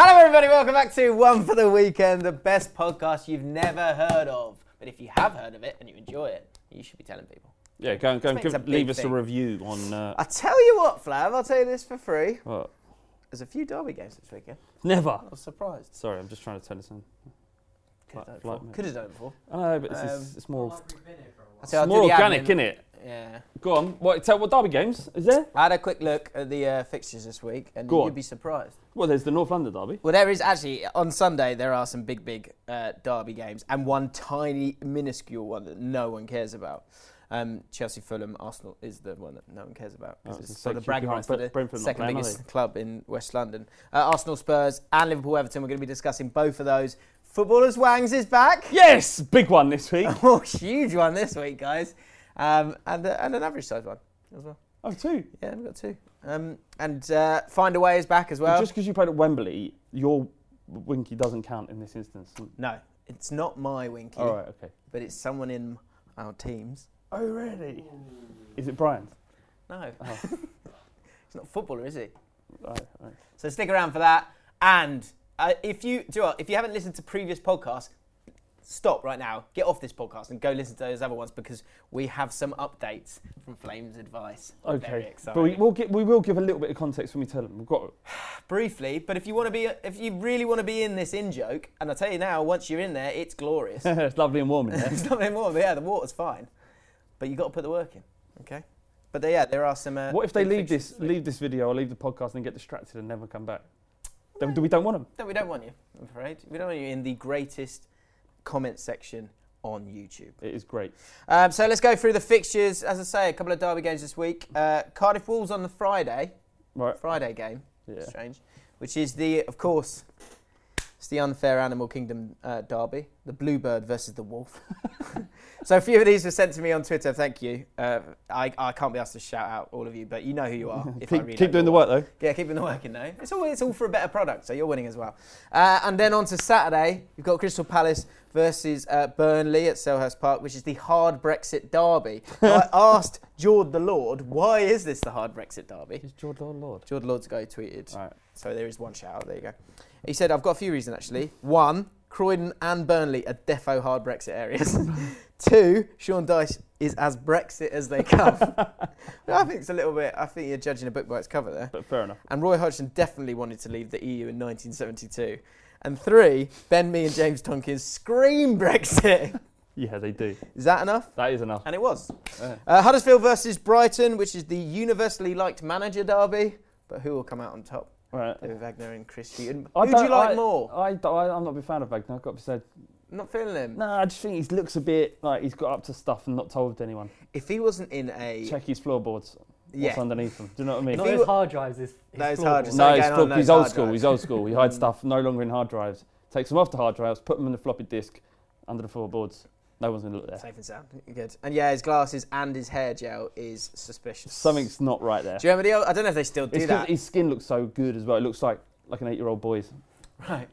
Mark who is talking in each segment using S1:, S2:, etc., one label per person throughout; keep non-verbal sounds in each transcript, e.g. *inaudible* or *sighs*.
S1: everybody, welcome back to One for the Weekend, the best podcast you've never heard of. But if you have heard of it and you enjoy it, you should be telling people.
S2: Yeah, go, and- go and
S1: This makes
S2: give,
S1: a big
S2: leave us
S1: thing.
S2: a review on. Uh,
S1: I tell you what, Flav, I'll tell you this for free.
S2: what?
S1: There's a few derby games this weekend.
S2: Never.
S1: I was surprised.
S2: Sorry, I'm just trying to turn this on.
S1: Could have done it
S2: Like-
S1: before.
S2: like-
S1: Could have done it before.
S2: I know, but this
S1: Um,
S2: is it's more
S1: I
S2: it's more organic, isn't it?
S1: Yeah.
S2: Go on. What? Tell what derby games is there?
S1: I had a quick look at the uh, fixtures this week, and
S2: Go
S1: you'd
S2: on.
S1: be surprised.
S2: Well, there's the North London derby.
S1: Well, there is actually on Sunday there are some big, big uh, derby games, and one tiny, minuscule one that no one cares about. Um, Chelsea, Fulham, Arsenal is the one that no one cares about
S2: Oh,
S1: because
S2: it's
S1: it's
S2: the
S1: sort of
S2: second-
S1: bragging
S2: Bre-
S1: rights for the
S2: Brentford not
S1: second
S2: playing, are
S1: biggest club in West London. Uh, Arsenal, Spurs, and Liverpool, Everton. We're going to be discussing both of those. Footballers Wangs is back. *laughs*
S2: Yes, big one this week.
S1: Oh, huge one this week, guys, um, and uh, and an average size one as well.
S2: *laughs* oh, two.
S1: Yeah, we've got two. Um, and uh, Find Away is back as well.
S2: just because you played at Wembley, your winky doesn't count in this instance.
S1: no, it's not my Winky,
S2: All right. Okay.
S1: but it's someone in our teams.
S2: Oh really? Is it Brian's?
S1: No.
S2: Oh.
S1: *laughs* He's not a footballer, is he?
S2: Right, right.
S1: So stick around for that. And uh, if you do, you know what, if you haven't listened to previous podcasts, stop right now. Get off this podcast and go listen to those other ones because we have some updates from Flames Advice. Very
S2: Okay.
S1: exciting.
S2: But we will, get, we will give a little bit of context when we tell them. We've got. *laughs*
S1: briefly, but if you want to be, if you really want to be in this in joke, and I tell you now, once you're in there, it's
S2: *laughs*
S1: glorious. *laughs*
S2: it's lovely and warm in there.
S1: There's nothing more. But yeah, the water's fine, but you got to put the work in. Okay. But there, yeah, there are some. Uh,
S2: What if they
S1: big
S2: leave this
S1: fixtures
S2: leave this video or leave the podcast and get distracted and never come back? Then we don't want them.
S1: No, we don't want you. I'm afraid we don't want you in the greatest comment section on YouTube.
S2: It is great.
S1: Um, so let's go through the fixtures. As I say, a couple of derby games this week. Uh, Cardiff Wolves on the Friday,
S2: Right.
S1: Friday game.
S2: Yeah.
S1: Strange, which is the, of course, it's the unfair Animal Kingdom uh, derby, the bluebird versus the wolf. *laughs* so a few of these were sent to me on Twitter. Thank you. Uh, I, I can't be asked to shout out all of you, but you know who you
S2: *laughs*
S1: are. If I
S2: Keep,
S1: read
S2: keep
S1: out your
S2: doing the work though.
S1: yeah, keeping the working though. It's all it's all for a better product, so you're winning as well. Uh, and then on to Saturday, you've got Crystal Palace versus uh, Burnley at Selhurst Park, which is the hard Brexit derby. Now, I asked Jord the Lord, why is this the hard Brexit derby?
S2: Is Jordan our Lord?
S1: Jord Lord's guy tweeted.
S2: All right.
S1: So there is one shout out. There you go. He said, I've got a few reasons actually. One, Croydon and Burnley are defo hard Brexit areas. Two, Sean Dyche is as Brexit as they come. I think it's a little bit, I think you're judging a book by its cover there.
S2: But fair enough.
S1: And Roy Hodgson definitely wanted to leave the EU in 1972. And three, Ben Me and James Tompkins scream Brexit. *laughs*
S2: Yeah, they do.
S1: Is that enough?
S2: That is
S1: *laughs*
S2: enough.
S1: And it was.
S2: Yeah.
S1: Uh, Huddersfield versus Brighton, which is the universally liked manager derby. But who will come out on top?
S2: Right.
S1: David Wagner and Chris Hughton.
S2: I
S1: Who do you
S2: don't-
S1: like
S2: I-
S1: more?
S2: I, don't- I, I'm not a big fan of Wagner. I've got to say.
S1: Not feeling him.
S2: No, I just think he looks a bit like he's got up to stuff and not told anyone.
S1: If he wasn't in a.
S2: Check his floorboards. What's
S1: yeah.
S2: underneath them? Do you know what I mean?
S1: If
S3: Not
S1: he
S3: his
S1: wa-
S3: hard drives, his, his
S1: No, his
S3: floorboards.
S1: hard drives.
S2: no,
S1: Something
S2: he's,
S1: going on
S2: flop-
S1: those
S2: he's old
S1: hard
S2: school.
S1: drives.
S2: He's old school.
S1: *laughs*
S2: He hides stuff. No longer in hard drives. Takes them off the hard drives. Put them in the floppy disk. Under the floorboards. No one's gonna look there.
S1: Safe and sound. Good. And yeah, his glasses and his hair gel is suspicious.
S2: Something's not right there.
S1: Do you remember the old, I don't know if they still do
S2: It's
S1: that.
S2: because his skin looks so good as well. It looks like like an eight-year-old boy's.
S1: Right.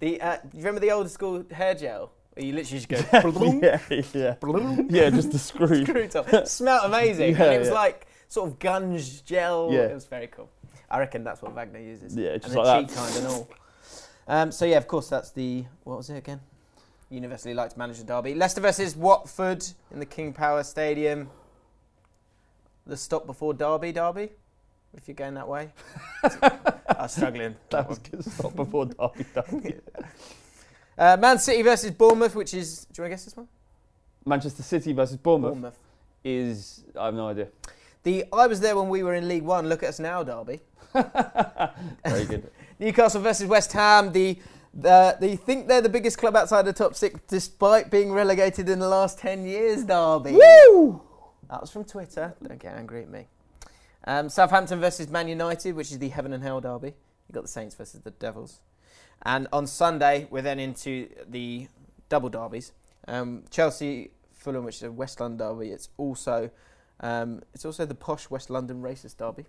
S1: The uh, you remember the old school hair gel? Where you literally just go
S2: *laughs* yeah, yeah, yeah. Just the screw.
S1: *laughs* screw top. Smelled amazing.
S2: Yeah,
S1: and it was
S2: yeah.
S1: like sort of gunge gel.
S2: Yeah.
S1: It was very cool. I reckon that's what Wagner uses.
S2: Yeah, just
S1: and the
S2: like
S1: cheek
S2: that.
S1: kind and all. Um, so yeah, of course that's the what was it again? Universally liked manager derby. Leicester versus Watford in the King Power Stadium. The stop before derby derby, if you're going that
S2: *laughs*
S1: way. I was struggling.
S2: That was good stop before Derby Derby.
S1: Uh, Man City versus Bournemouth, which is do you want to guess this one?
S2: *laughs* Manchester City versus Bournemouth,
S1: Bournemouth.
S2: is I have no idea.
S1: The I was there when we were in League One. Look at us now, Derby.
S2: *laughs* Very good.
S1: *laughs* Newcastle versus West Ham. The the they think they're the biggest club outside the top six, despite being relegated in the last ten years. Derby.
S2: *laughs* Woo!
S1: That was from Twitter. Don't get angry at me. Um, Southampton versus Man United, which is the heaven and hell derby. You got the Saints versus the Devils. And on Sunday, we're then into the double derbies. Um, Chelsea, Fulham, which is a West London derby. It's also um, it's also the posh West London racist derby.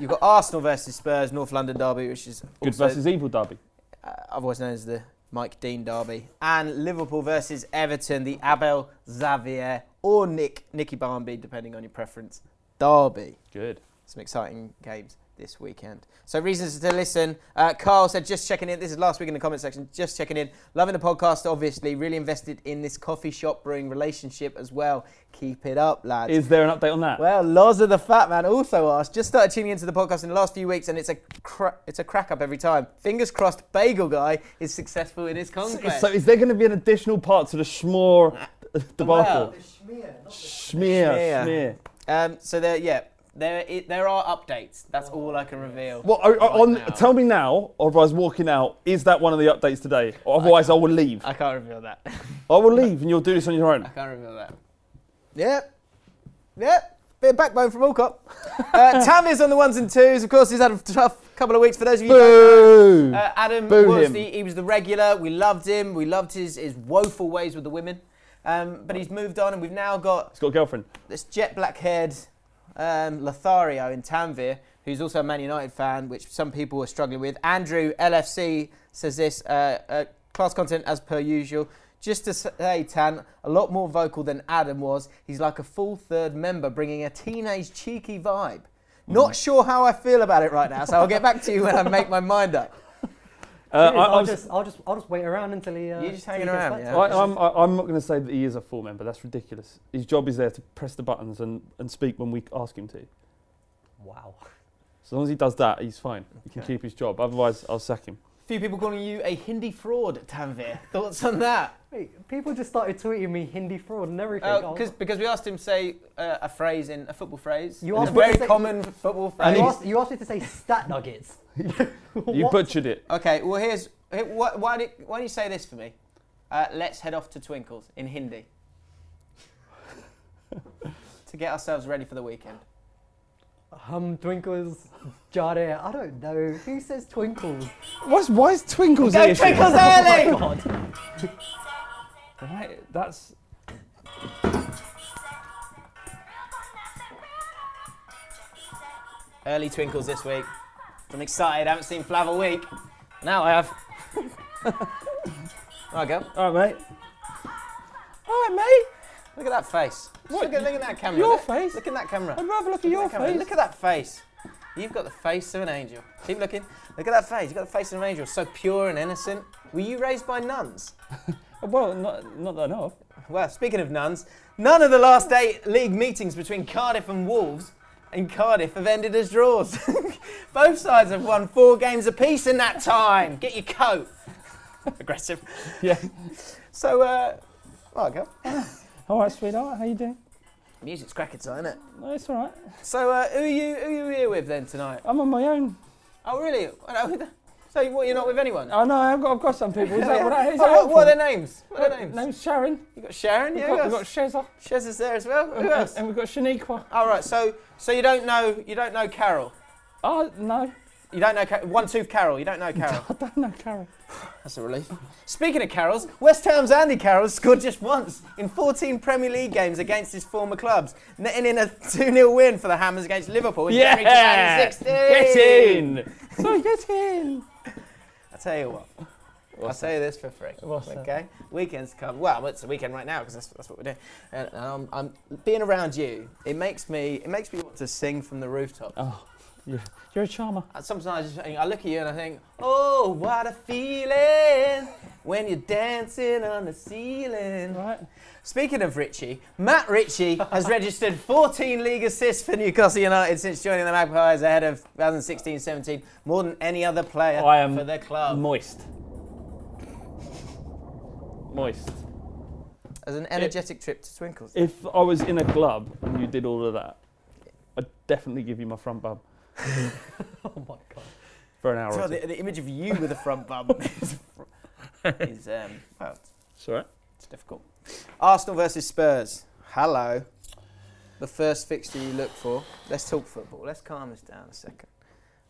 S1: You've got *laughs* Arsenal versus Spurs, North London derby, which is
S2: Good
S1: also
S2: versus evil Derby.
S1: uh, otherwise known as the Mike Dean Derby, and Liverpool versus Everton, the Abel Xavier or Nick Nicky Barnby, depending on your preference, Derby.
S2: Good.
S1: Some exciting games this weekend. So reasons to listen. Uh, Carl said, just checking in. This is last week in the comment section. Just checking in. Loving the podcast, obviously. Really invested in this coffee shop brewing relationship as well. Keep it up, lads.
S2: Is there an update on that?
S1: *laughs* Well, Loz of the Fat Man also asked, just started tuning into the podcast in the last few weeks, and it's a cra- it's a crack up every time. Fingers crossed, Bagel Guy is successful in his conquest.
S2: so is there going to be an additional part to
S1: *laughs*
S2: the schmore debacle?
S1: Well,
S2: Schmear,
S1: Schmear.
S2: schmear.
S1: um, so there, yeah, there i there are updates. That's all I can reveal.
S2: Well, o- o- on,
S1: now.
S2: tell me now, or if I was walking out, is that one of the updates today? Otherwise, I, will leave. I,
S1: I can't reveal that.
S2: will leave, and you'll do this on your own.
S1: I can't reveal that. Yep, yep. Bit of backbone from Allcop. *laughs* Uh, Tam is on the ones and twos. Of course, he's had a tough couple of weeks. For those of you who don't
S2: Boo!
S1: Uh, Adam
S2: Boo
S1: was
S2: him.
S1: the, he was the regular. We loved him. We loved his, his woeful ways with the women. Um, but he's moved on, and we've now got
S2: He's got a girlfriend.
S1: this jet black haired um, Lothario in Tanvir, who's also a Man United fan, which some people were struggling with. Andrew LFC says this uh, uh, class content as per usual. Just to say, Tan, a lot more vocal than Adam was. He's like a full third member, bringing a teenage cheeky vibe. Not
S2: Mm.
S1: sure how I feel about it right now, so I'll get back to you when I make my mind up.
S2: Uh,
S3: It is, I'll,
S2: I, I'm,
S3: just, I'll just, I'll just wait around until he. Uh,
S1: You're just
S3: till
S1: hanging
S3: he gets
S1: around,
S3: back to
S1: yeah.
S3: us.
S2: I, um, I'm, I- I'm not going to say that he is a full member. That's ridiculous. His job is there to press the buttons and, and speak when we ask him to.
S3: Wow.
S2: So as long as he does that, he's fine. He can
S1: Okay.
S2: keep his job. Otherwise, I'll sack him.
S1: Few people calling you a Hindi fraud, Tanvir. Thoughts on that?
S3: Wait, people just started tweeting me Hindi fraud and everything. Oh. I was-
S1: Because Uh, because we asked him to say uh, a phrase in a football phrase.
S3: You
S1: a
S3: asked me
S1: very
S3: to say-
S1: common football phrase.
S2: And
S3: you,
S2: he-
S3: asked, you asked me to say stat nuggets. *laughs*
S2: You
S3: What?
S2: butchered it.
S1: Okay, well here's here, wh- why did why don't you say this for me? Uh, let's head off to Twinkles in
S3: *laughs*
S1: Hindi to get ourselves ready for the weekend.
S3: Hum twinkles, jare. I don't know. Who
S1: *laughs*
S3: says twinkles? Oh
S2: What's, why is Twinkles
S1: Go
S2: the issue?
S1: Twinkles early!
S3: God.
S2: *laughs* Right, that's
S1: Early Twinkles this week. I'm excited. I haven't seen Flav a week. Now I
S3: *laughs*
S1: have. I go.
S2: all right, mate.
S1: All right, mate. Look at that face. Just
S2: What,
S1: Look at, look at that camera.
S2: your
S1: look,
S2: face?
S1: Look at that camera.
S2: I'd rather look at
S1: Look
S2: your
S1: at that camera.
S2: face.
S1: Look at that face. You've got the face of an angel. Keep looking. Look at that face. You've got the face of an angel. So pure and innocent. Were you raised by nuns?
S2: Well, not, not that I know of.
S1: Well, speaking of nuns, none of the last eight league meetings between Cardiff and Wolves in Cardiff have ended as draws. *laughs* Both sides have won four games apiece in that time. Get your coat. *laughs* Aggressive.
S2: Yeah.
S1: So, uh, well, go.
S2: All right, sweetheart. How you doing?
S1: Music's cracking, so, isn't it?
S2: No, it's all right.
S1: So, uh, who are you who are you here with then tonight?
S2: I'm on my own.
S1: Oh, really? Oh, no. So, what? You're not with anyone?
S2: I know. I've got, I've got some people. Is that, what, is
S1: Oh,
S2: that
S1: what, what are their
S2: helpful?
S1: names? What are their names?
S2: Name's Sharon.
S1: You got Sharon. Yeah,
S2: we've, got,
S1: you
S2: we've got
S1: got
S2: Sheza.
S1: Shez is there as well. Who
S2: and-
S1: else?
S2: And we've got Shaniqua.
S1: All right. So, so you don't know you don't know Carol.
S2: Oh, no.
S1: You don't know Ca- One Tooth Carol. You don't know
S2: *laughs*
S1: Carol.
S2: I don't know Karen.
S1: That's a relief. Speaking of Carols, West Ham's Andy Carroll scored just once in 14 Premier League games against his former clubs, netting in a *laughs* 2 0 win for the Hammers against Liverpool in January 2016.
S2: Get in! so *laughs* get in!
S1: I tell you what. I'll
S2: What's
S1: tell you this for free.
S2: What's that?
S1: okay? Weekends come. Well, it's a weekend right now because that's, that's what we're doing. And um, I'm being around you. It makes me. It makes me want to sing from the rooftop.
S2: Oh, yeah. you're a charmer.
S1: And Sometimes I, just, I look at you and I think, Oh, what a feeling when you're dancing on the ceiling.
S2: Right?
S1: Speaking of Richie, Matt Ritchie
S2: *laughs*
S1: has registered 14 league assists for Newcastle United since joining the Magpies ahead of 2016-17, more than any other player
S2: I am
S1: for their club.
S2: Moist. Moist.
S1: As an energetic trip to Twinkles.
S2: If I was in a club and you did all of that, I'd definitely give you my front bum
S3: *laughs* Oh my god.
S2: for an hour
S1: So
S2: or
S1: the,
S2: two.
S1: the image of you with a front *laughs* bum is, is, um, well, it's,
S2: It's all right.
S1: it's difficult. Arsenal versus Spurs. Hello. The first fixture you look for. Let's talk football. Let's calm this down a second.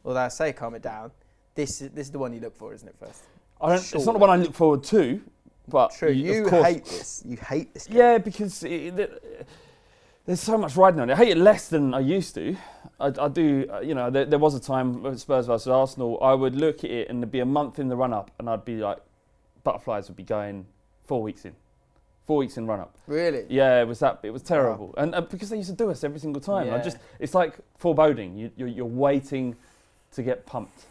S1: Although I say calm it down, this is, this is the one you look for, isn't it? First.
S2: I don't, it's not the one I look forward to, but
S1: True.
S2: you,
S1: You,
S2: Uh, of course,
S1: hate this. You hate this. Game.
S2: Yeah, because it, it- there's so much riding on it. I hate it less than I used to. I, I do, uh, you know, there, there was a time with Spurs versus Arsenal, I would look at it and there'd be a month in the run up and I'd be like, butterflies would be going four weeks in. Four weeks in run up.
S1: Really.
S2: Yeah, it was that. It was terrible, and uh, because they used to do us every single time. I
S1: Yeah.
S2: just, it's like foreboding. You, you're, you're waiting to get pumped,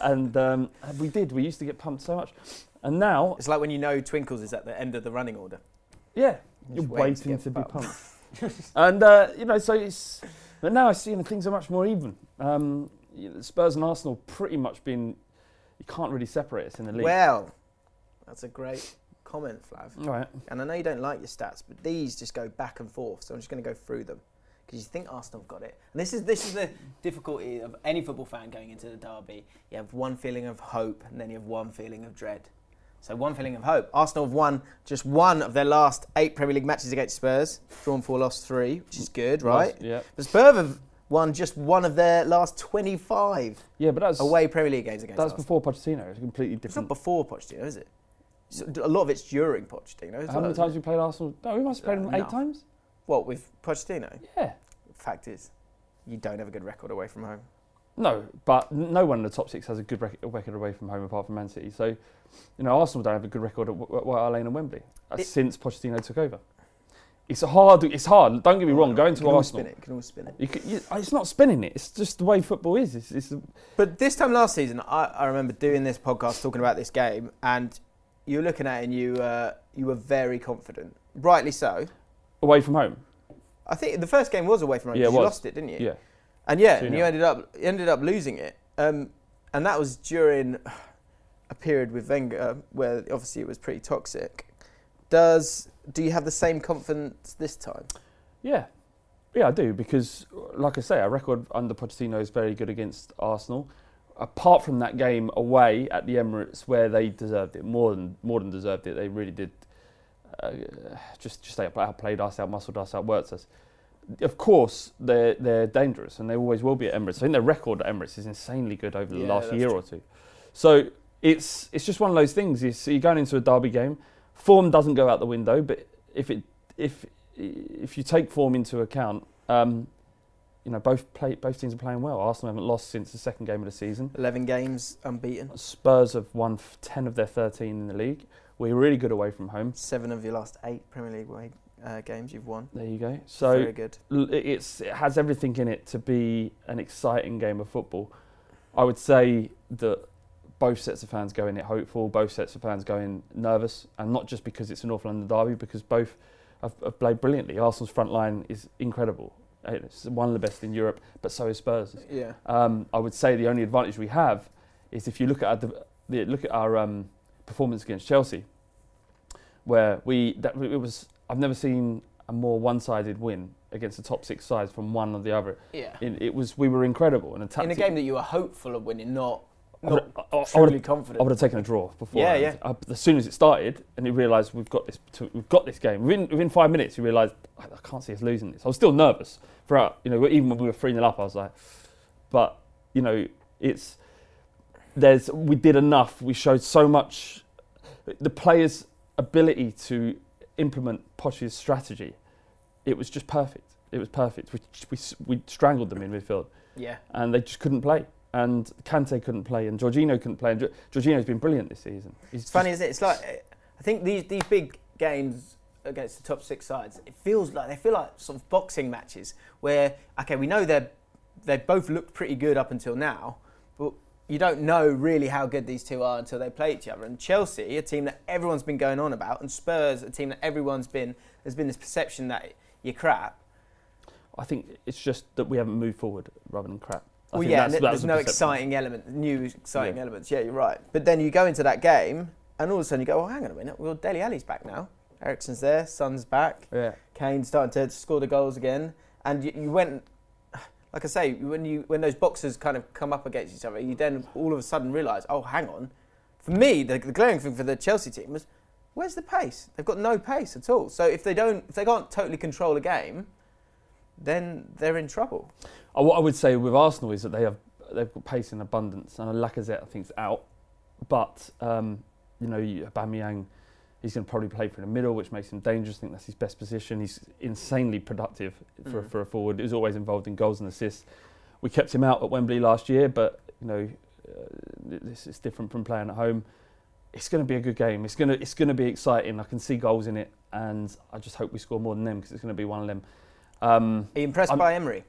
S2: and um, and we did. We used to get pumped so much, and now,
S1: It's like when you know Twinkles is at the end of the running order.
S2: yeah,
S1: You
S2: you're
S1: just wait
S2: waiting
S1: get
S2: to be
S1: pumped.
S2: pumped. *laughs* and uh, you know, so it's. But now I see, and things are much more even. Um, you know, Spurs and Arsenal pretty much been. You can't really separate us in the league.
S1: Well, that's a great comment, Flav.
S2: All right.
S1: And I know you don't like your stats, but these just go back and forth. So I'm just going to go through them because you think Arsenal have got it. And this is this is the difficulty of any football fan going into the derby. You have one feeling of hope, and then you have one feeling of dread. So one feeling of hope. Arsenal have won just one of their last eight Premier League matches against Spurs, drawn four, lost three, which is good, right?
S2: Yeah.
S1: But Spurs have won just one of their last 25
S2: Yeah, but that's
S1: away Premier League games against
S2: That's
S1: Arsenal.
S2: before Pochettino. It's a completely
S1: It's not
S2: different.
S1: before Pochettino, is it? So a lot of it's during Pochettino. as
S2: How
S1: well, isn't
S2: many
S1: it?
S2: times we played Arsenal? No, we must have played them eight
S1: Enough.
S2: times.
S1: What with Pochettino?
S2: Yeah.
S1: Fact is, you don't have a good record away from home.
S2: No, but n- no one in the top six has a good rec- record away from home apart from Man City. So, you know, Arsenal don't have a good record at w- White Hart Lane and Wembley uh,
S1: It-
S2: since Pochettino took over. It's a hard. It's hard. Don't get me wrong. Going
S1: You
S2: to
S1: can all
S2: Arsenal,
S1: spin it. you Can all spin it.
S2: you c you, it's not spinning it. It's just the way football is. It's, it's
S1: But this time last season, I, I remember doing this podcast talking about this game, and you were looking at it and you uh, you were very confident, rightly so.
S2: away from home.
S1: I think the first game was away from home.
S2: Yeah, it
S1: 'cause you
S2: was.
S1: lost it, didn't you?
S2: Yeah.
S1: And yeah, and
S2: 2-0.
S1: you ended up you ended up losing it. Um, and that was during a period with Wenger where obviously it was pretty toxic. Does do you have the same confidence this time?
S2: Yeah, yeah, I do because, like I say, our record under Pochettino is very good against Arsenal. Apart from that game away at the Emirates, where they deserved it more than more than deserved it, they really did. Uh, just just they outplayed us, outmuscled us, outworked us. Of course, they're they're dangerous, and they always will be at Emirates. I think their record at Emirates is insanely good over the
S1: Yeah,
S2: last
S1: that's
S2: year
S1: true.
S2: or two. So it's it's just one of those things. You see, you're going into a derby game, form doesn't go out the window, but if it if if you take form into account, um, you know both play, both teams are playing well. Arsenal haven't lost since the second game of the season.
S1: Eleven games unbeaten,
S2: Spurs have won f- ten of their thirteen in the league. We're really good away from home.
S1: seven of your last eight Premier League away, uh, games you've won.
S2: There you go.
S1: very
S2: So
S1: good.
S2: l- it's it has everything in it to be an exciting game of football. I would say that both sets of fans go in it hopeful, both sets of fans go in nervous, and not just because it's a North London derby, because both have, have played brilliantly. Arsenal's front line is incredible. Uh, It's one of the best in Europe, but so is Spurs.
S1: Yeah,
S2: Um, I would say the only advantage we have is if you look at our, div- the, look at our um, performance against Chelsea, where we that it was I've never seen a more one-sided win against the top six sides from one or the other.
S1: yeah.
S2: It, it was we were incredible
S1: In
S2: and attacking.
S1: a game that you were hopeful of winning, not
S2: I would,
S1: not
S2: I, I- I
S1: truly
S2: would've-
S1: confident.
S2: I would have taken a draw before.
S1: yeah.
S2: as soon as it started, and you realised we've got this, to, we've got this game. Within, within five minutes, you realised I, I can't see us losing this. I was still nervous throughout. You know, even when we were three 0 up, I was like, but you know, it's there's we did enough. We showed so much. The players' ability to implement Poch's strategy, it was just perfect. It was perfect. We we, we strangled them in midfield
S1: yeah,
S2: and they just couldn't play. And Kante couldn't play, and Jorginho couldn't play. And Gi- Jorginho's been brilliant this season. He's
S1: It's funny, isn't it? It's like eh, I think these these big games against the top six sides. It feels like they feel like sort of boxing matches where okay, we know they're they both looked pretty good up until now, but you don't know really how good these two are until they play each other. And Chelsea, a team that everyone's been going on about, and Spurs, a team that everyone's been there's been this perception that you're crap.
S2: I think it's just that we haven't moved forward rather than crap. I
S1: well,
S2: think
S1: yeah,
S2: that's-
S1: and
S2: that
S1: there's
S2: was the
S1: no
S2: perception.
S1: exciting element, new exciting
S2: Yeah.
S1: elements. Yeah, you're right. But then you go into that game, and all of a sudden you go, "Oh, hang on a minute. Well, Deli Ali's back now. Ericsson's there. Son's back.
S2: Yeah,
S1: Kane starting to score the goals again." And you, you went, like I say, when you when those boxers kind of come up against each other, you then all of a sudden realise, "Oh, hang on." For me, the, the glaring thing for the Chelsea team was, "Where's the pace? They've got no pace at all. So if they don't, if they can't totally control a game, then they're in trouble."
S2: Uh, what I would say with Arsenal is that they have they've got pace in abundance, and Lacazette I think's out, but um, you know you- Aubameyang, he's going to probably play for the middle, which makes him dangerous. I think that's his best position. He's insanely productive for,
S1: Mm.
S2: for a forward. He was always involved in goals and assists. We kept him out at Wembley last year, but you know uh, th- this is different from playing at home. It's going to be a good game. It's going to it's going to be exciting. I can see goals in it, and I just hope we score more than them because it's going to be one of them. Um,
S1: Are you impressed
S2: I'm-
S1: by Emery?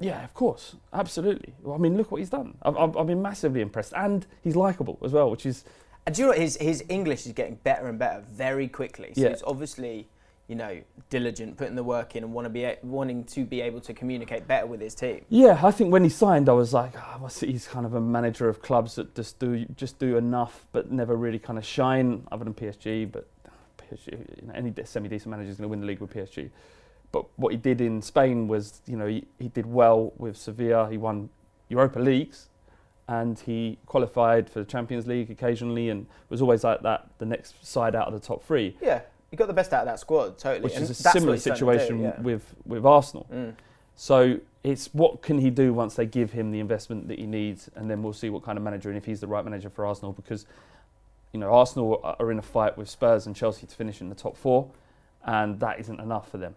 S2: Yeah, of course, absolutely. Well, I mean, look what he's done. I've, I've, I've been massively impressed, and he's likable as well, which is
S1: And do you know what? His, his English is getting better and better very quickly. So
S2: Yeah.
S1: it's obviously, you know, diligent, putting the work in and want to be a- wanting to be able to communicate better with his team.
S2: Yeah, I think when he signed, I was like, oh, well, City's kind of a manager of clubs that just do just do enough, but never really kind of shine other than PSG. But PSG, you know, any semi decent manager is going to win the league with PSG. But what he did in Spain was, you know, he, he did well with Sevilla. He won Europa leagues, and he qualified for the Champions League occasionally, and was always like that, the next side out of the top three,
S1: Yeah, he got the best out of that squad, totally.
S2: which
S1: And
S2: is a
S1: that's what
S2: similar
S1: he's trying to do,
S2: situation
S1: yeah.
S2: with with Arsenal.
S1: Mm.
S2: So it's what can he do once they give him the investment that he needs, and then we'll see what kind of manager and if he's the right manager for Arsenal because you know Arsenal are- are in a fight with Spurs and Chelsea to finish in the top four, and that isn't enough for them.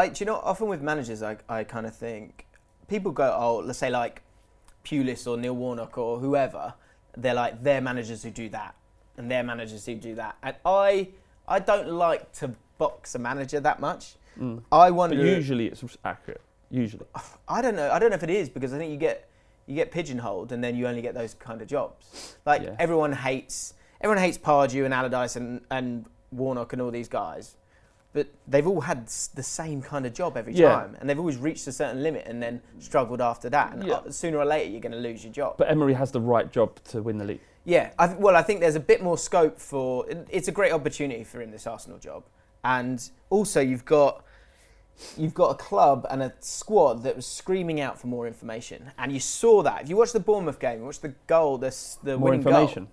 S1: I, do you know, often with managers, I, I kind of think people go, oh, let's say like Pulis or Neil Warnock or whoever, they're like, they're managers who do that and they're managers who do that. And I, I don't like to box a manager that much.
S2: Mm.
S1: I
S2: But
S1: wonder.
S2: usually it's accurate. Usually,
S1: I don't know. I don't know if it is because I think you get you get pigeonholed and then you only get those kind of jobs. Like
S2: Yeah.
S1: everyone hates everyone hates Pardew and Allardyce and, and Warnock and all these guys, but they've all had s- the same kind of job every
S2: Yeah.
S1: time, and they've always reached a certain limit and then struggled after that. And
S2: Yeah.
S1: uh, sooner or later, you're going to lose your job.
S2: but Emery has the right job to win the league.
S1: Yeah, I th- well, I think there's a bit more scope for. it- It's a great opportunity for him this Arsenal job, and also you've got you've got a club and a squad that was screaming out for more information, and you saw that. If you watch the Bournemouth game, you watch the goal, the s- the
S2: More
S1: winning
S2: information.
S1: goal,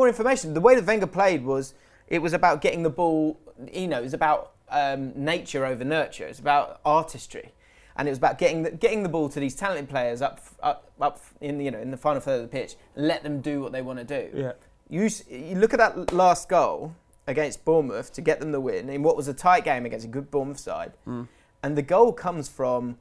S1: more information. The way that Wenger played was it was about getting the ball. You know, it was about um, nature over nurture. It's about artistry. And it was about getting the, getting the ball to these talented players up f- up up f- in the, you know in the final third of the pitch and let them do what they want to do
S2: Yeah,
S1: you, s- you look at that last goal against Bournemouth to get them the win in what was a tight game against a good Bournemouth side,
S2: Mm.
S1: and the goal comes from.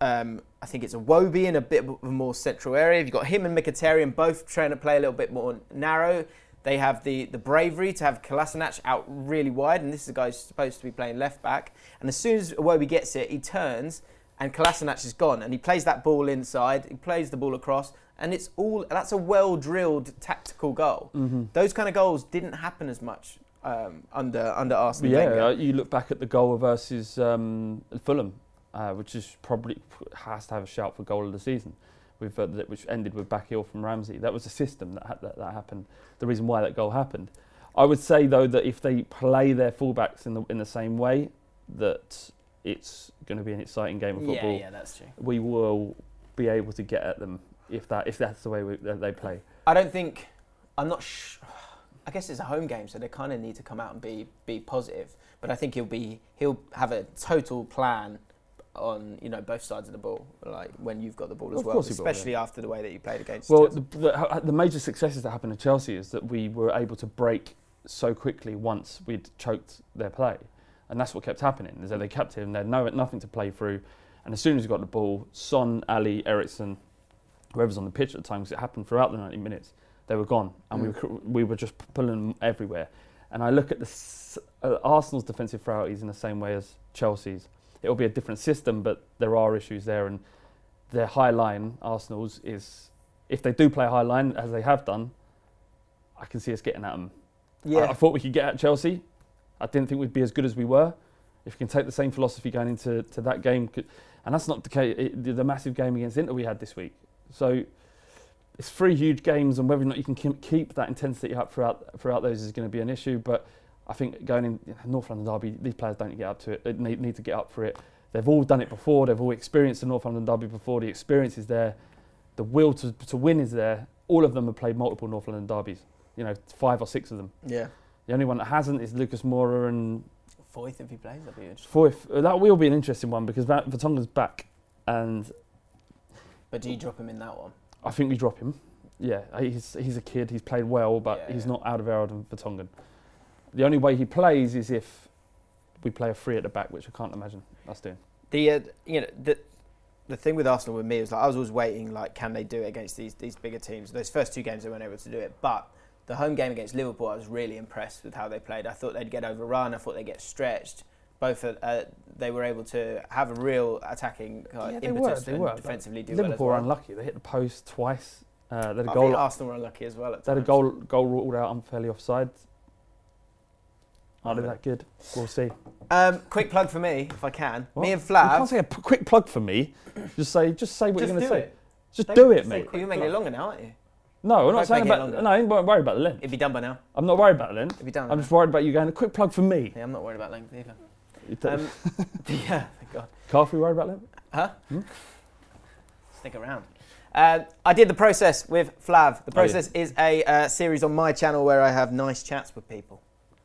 S1: Um, I think it's a Wobie in a bit of a more central area. You've got him and Mkhitaryan both trying to play a little bit more narrow. They have the, the bravery to have Kolasinac out really wide, and this is a guy who's supposed to be playing left back. And as soon as Wobie gets it, he turns, and Kolasinac is gone. And he plays that ball inside, he plays the ball across, and it's all that's a well drilled tactical goal.
S2: Mm-hmm.
S1: Those kind of goals didn't happen as much um, under under Arsenal.
S2: yeah.
S1: Wenger.
S2: uh, You look back at the goal versus um, Fulham, uh, which is probably has to have a shout for goal of the season, with, uh, that, which ended with back heel from Ramsey. That was a system that, ha- that that happened. The reason why that goal happened. I would say though that if they play their fullbacks in the in the same way, that it's going to be an exciting game of
S1: yeah,
S2: football.
S1: yeah, that's true.
S2: We will be able to get at them if that if that's the way we, that they play.
S1: I don't think. I'm not. Sh- I guess it's a home game, so they kind of need to come out and be be positive. But I think he'll be he'll have a total plan on you know both sides of the ball, like when you've got the ball as
S2: Of
S1: well,
S2: course he will, yeah.
S1: especially after the way that you played against.
S2: Well,
S1: Chelsea.
S2: the, the, the major successes that happened to Chelsea is that we were able to break so quickly once we'd choked their play, and that's what kept happening. Is that they kept it and they had no, nothing to play through, and as soon as we got the ball, Son, Ali, Ericsson, whoever's on the pitch at the time, because it happened throughout the 90 minutes, they were gone, and we, were, cr- we were just p- pulling them everywhere. And I look at the s- uh, Arsenal's defensive frailties in the same way as Chelsea's. It'll be a different system, but there are issues there, and their high line, Arsenal's, is if they do play high line as they have done, I can see us getting at them.
S1: yeah,
S2: I, I thought we could get at Chelsea. I didn't think we'd be as good as we were. If you can take the same philosophy going into to that game, c- and that's not the case. It, the, the massive game against Inter we had this week. So it's three huge games, and whether or not you can keep- keep that intensity up throughout throughout those is going to be an issue. But I think going in you know, North London derby, these players don't get up to it. They need, need to get up for it. They've all done it before. They've all experienced the North London derby before. The experience is there. The will to, to win is there. All of them have played multiple North London derbies. You know, five or six of them.
S1: yeah.
S2: The only one that hasn't is Lucas Moura and
S1: Fourth if he plays, that'd be interesting.
S2: Foyth. Uh, That will be an interesting one because Va- Vertonghen's back, and
S1: But do you drop him in that one?
S2: I think we drop him. Yeah, uh, he's he's a kid. He's played well, but
S1: Yeah,
S2: he's
S1: yeah.
S2: not out of Erald and Vertonghen. The only way he plays is if we play a three at the back, which I can't imagine us doing.
S1: The uh, you know the the thing with Arsenal with me was like I was always waiting like can they do it against these these bigger teams? Those first two games they weren't able to do it, but the home game against Liverpool I was really impressed with how they played. I thought they'd get overrun. I thought they'd get stretched. both uh, uh, they were able to have a real attacking uh,
S2: Yeah, they were,
S1: impetus
S2: they
S1: and
S2: were, but
S1: defensively do well
S2: Liverpool were
S1: as well.
S2: unlucky. They hit the post twice. Uh, they had a
S1: I
S2: goal.
S1: think Arsenal were unlucky as well. At
S2: They had a
S1: times.
S2: goal goal ruled out unfairly offside. Aren't they
S1: Right.
S2: that good? We'll see.
S1: Um, quick plug for me, if I can.
S2: What?
S1: Me and
S2: you can't
S1: Flav.
S2: say a p- quick plug for me. Just say just say what
S3: Just
S2: you're going to
S3: do
S2: say.
S3: it.
S2: Just
S3: Say-
S2: do it,
S3: say
S2: mate.
S3: quick.
S1: You're making it longer now, aren't you?
S2: No, we're
S1: Don't
S2: not saying
S1: make it
S2: about.
S1: longer.
S2: No, I'm not worried about the length.
S1: It'd be done by now.
S2: I'm not worried about the length.
S1: It'd be done. by
S2: I'm
S1: now.
S2: just worried about you going. A quick plug for me.
S1: Yeah, I'm not worried about length either.
S2: You t-
S1: Um, *laughs* yeah, thank God.
S2: Carfrey worried about length?
S1: Huh?
S2: Hmm?
S1: Stick around. Uh, I did the process with Flav. The
S2: Oh, yeah.
S1: process is a uh, series on my channel where I have nice chats with people.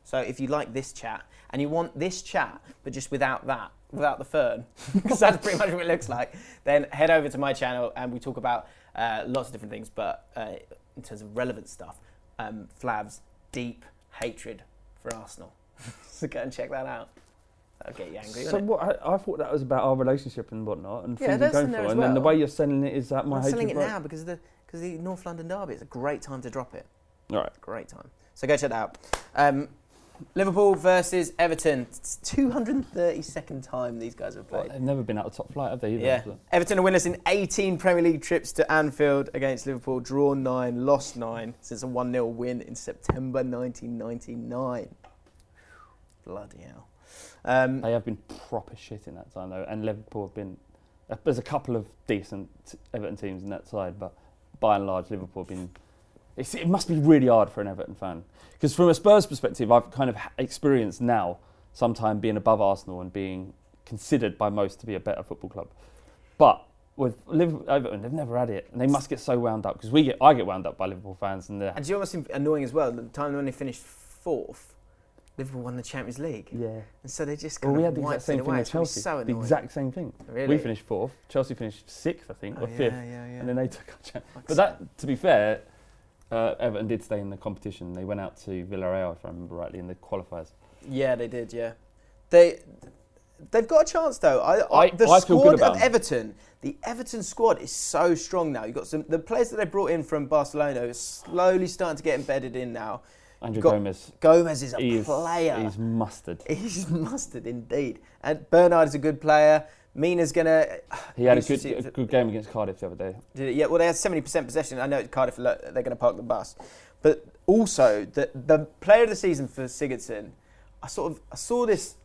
S1: So if you like this chat and you want this chat, but just without that, without the fern, *laughs* because that's pretty much what it looks like, then head over to my channel and we talk about uh, lots of different things. But uh, in terms of relevant stuff, um, Flav's deep hatred for Arsenal. *laughs* so go and check that out. That'll get you angry.
S2: So
S1: won't it?
S2: what? I, I thought that was about our relationship and whatnot, and
S1: Yeah,
S2: things we're
S1: that's
S2: going
S1: in
S2: for.
S1: there
S2: And
S1: as
S2: then the
S1: well.
S2: way you're selling it is that my
S1: I'm
S2: hatred.
S1: selling it
S2: right?
S1: now because of the because the North London derby. It's a great time to drop it.
S2: All right.
S1: Great time. So go check that out. Um, Liverpool versus Everton. It's 232nd time these guys have
S2: Well,
S1: played.
S2: they've never been out of top flight, have they? Either,
S1: Yeah.
S2: So-
S1: Everton are winners in 18 Premier League trips to Anfield against Liverpool, drawn nine, lost nine since a 1 0 win in September 1999. Bloody hell. Um,
S2: They have been proper shit in that time though, and Liverpool have been. Uh, there's a couple of decent Everton teams in that side, but by and large, Liverpool have been. It's, it must be really hard for an Everton fan because from a Spurs perspective, I've kind of ha- experienced now sometime being above Arsenal and being considered by most to be a better football club, but. With Liverpool, Everton, they've never had it, and they must get so wound up because we get, I get wound up by Liverpool fans, and they're
S1: and do you know what's annoying as well? The time when they finished fourth, Liverpool won the Champions League.
S2: yeah.
S1: And so they just
S2: Well,
S1: kind
S2: we
S1: of
S2: had the exact
S1: wiped
S2: same
S1: it
S2: thing
S1: away.
S2: with
S1: It's gonna be
S2: Chelsea.
S1: so
S2: the
S1: annoying.
S2: exact same thing.
S1: Really?
S2: We finished fourth. Chelsea finished sixth, I think,
S1: Oh,
S2: or
S1: yeah,
S2: fifth,
S1: yeah, yeah.
S2: and then they took our chance.
S1: Fuck's
S2: But
S1: sake.
S2: that, to be fair, uh, Everton did stay in the competition. They went out to Villarreal, if I remember rightly, in the qualifiers.
S1: Yeah, they did. Yeah, they they've got a chance though. I, I,
S2: I-
S1: the
S2: I feel good
S1: squad
S2: about
S1: of
S2: them.
S1: Everton, the Everton squad is so strong now. You've got some the players that they brought in from Barcelona are slowly starting to get embedded in now.
S2: Andrew
S1: Got-
S2: Gomez,
S1: Gomez is a
S2: he is,
S1: player.
S2: he's mustard.
S1: *laughs* He's mustard indeed. And Bernard is a good player. Mina's gonna.
S2: He had a
S1: He's
S2: good,
S1: just-
S2: a good game against Cardiff the other day.
S1: Did it? Yeah, well, they had 70% possession. I know at Cardiff look, they're going to park the bus. But also, the, the player of the season for Sigurdsson, I sort of I saw this.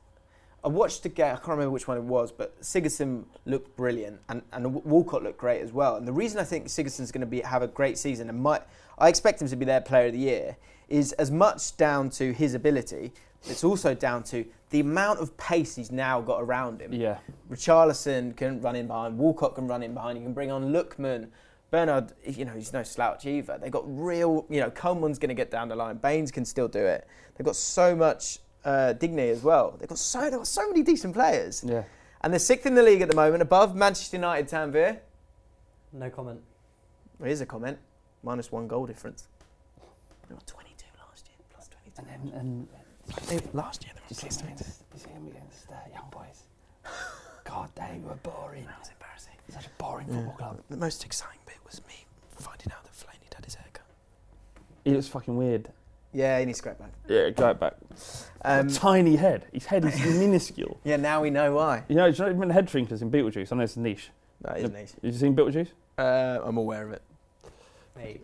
S1: I watched the game, I can't remember which one it was, but Sigurdsson looked brilliant and, and W- Walcott looked great as well. And the reason I think Sigurdsson's going to be have a great season and might, I expect him to be their player of the year is as much down to his ability, it's also down to the amount of pace he's now got around him.
S2: Yeah,
S1: Richarlison can run in behind, Walcott can run in behind, you can bring on Lookman. Bernard, you know, he's no slouch either. They've got real, you know, Coleman's going to get down the line. Baines can still do it. They've got so much uh, dignity as well. They've got so, they've got so many decent players.
S2: yeah.
S1: And they're sixth in the league at the moment, above Manchester United, Tanvir.
S3: No comment.
S1: Here's a comment. Minus one goal difference. They were 22 last year, plus 22.
S2: And then, and
S1: They- last year, they were
S2: you see
S1: plus
S2: him
S1: 22.
S2: against, you see him against uh, Young *laughs* Boys. God, they were boring.
S1: That was embarrassing.
S2: Such a boring football club.
S1: The most exciting bit was me finding out that Flaney'd had his haircut.
S2: He looks fucking weird.
S1: Yeah, he needs to scrap back.
S2: Yeah, go back.
S1: Um,
S2: tiny head. His
S1: *laughs*
S2: head is minuscule.
S1: yeah, now we know why.
S2: You know, do you know even the head shrinkers in Beetlejuice? I know it's a niche.
S1: That
S2: is
S1: is
S2: Yep.
S1: nice.
S2: Have you seen Beetlejuice?
S1: Uh, I'm aware of it.
S3: Mate,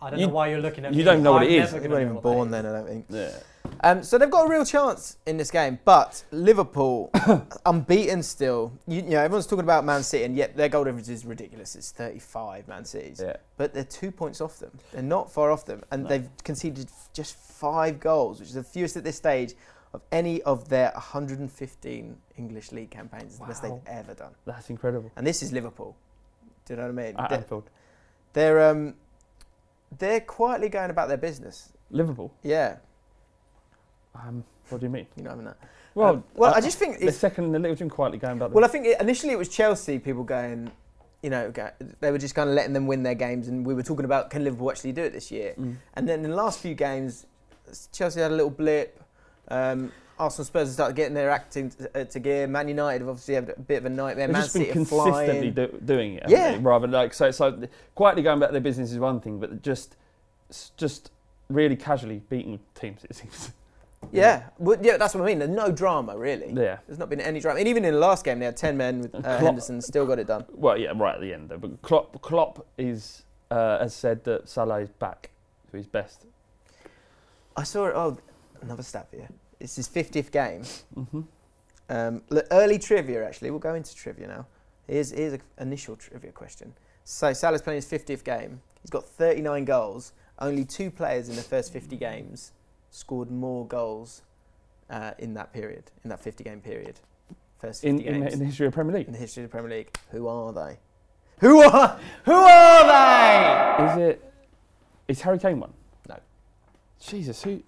S3: I don't
S2: You-
S3: know why you're looking at
S2: you
S3: me.
S2: don't know what
S3: I'm
S2: it is.
S3: never
S1: They weren't
S3: gonna know
S1: even
S3: what that
S1: born
S3: is.
S1: then, I don't think.
S2: Yeah.
S1: Um, so they've got a real chance in this game, but Liverpool unbeaten still. You, you know, everyone's talking about Man City, and yet their goal difference is ridiculous. It's 35 Man City's,
S2: Yeah.
S1: but they're two points off them. They're not far off them, and
S2: No.
S1: they've conceded f- just five goals, which is the fewest at this stage of any of their 115 English league campaigns. It's the best they've
S2: Wow.
S1: ever done,
S2: That's incredible.
S1: and this is Liverpool. Do you know what I mean?
S2: At
S1: They're-
S2: Anfield.
S1: They're um, they're quietly going about their business.
S2: Liverpool.
S1: Yeah,
S2: Um, what do you mean?
S1: you know what I mean.
S2: Well,
S1: Um, well, I just think
S2: the
S1: it's,
S2: second the Liverpool quietly going about.
S1: well, I think it, initially it was Chelsea people going, you know, go, they were just kind of letting them win their games, and we were talking about can Liverpool actually do it this year?
S2: Mm.
S1: And then in the last few games, Chelsea had a little blip. Um, Arsenal, Spurs have started getting their acting to, uh, to gear. Man United have obviously had a bit of a nightmare.
S2: They've
S1: Man
S2: just been
S1: City are
S2: consistently
S1: flying.
S2: do- doing it, haven't
S1: Yeah.
S2: they? Rather like so, so th- quietly going about their business is one thing, but just, s- just really casually beating teams. It seems. *laughs*
S1: Yeah, well, yeah, that's what I mean. There's no drama really.
S2: Yeah.
S1: There's not been any drama, and even in the last game, they had ten men with uh,
S2: Klopp-
S1: Henderson, still got it done.
S2: Well, yeah, right at the end. Though. But Klopp, Klopp is uh, has said that Salah is back to his best.
S1: I saw it. Oh, another stat here. It's his 50th game.
S2: Mm-hmm.
S1: Um, l- early trivia, actually. We'll go into trivia now. Here's, here's an initial trivia question. So Salah's playing his 50th game. He's got 39 goals. Only two players in the first 50 games scored more goals uh, in that period, in that 50 game period. First 50
S2: In, in,
S1: games
S2: the- in the history of Premier League,
S1: in the history of the Premier League. Who are they? Who are who are they?
S2: is it? Is Harry Kane one?
S1: No.
S2: Jesus, who?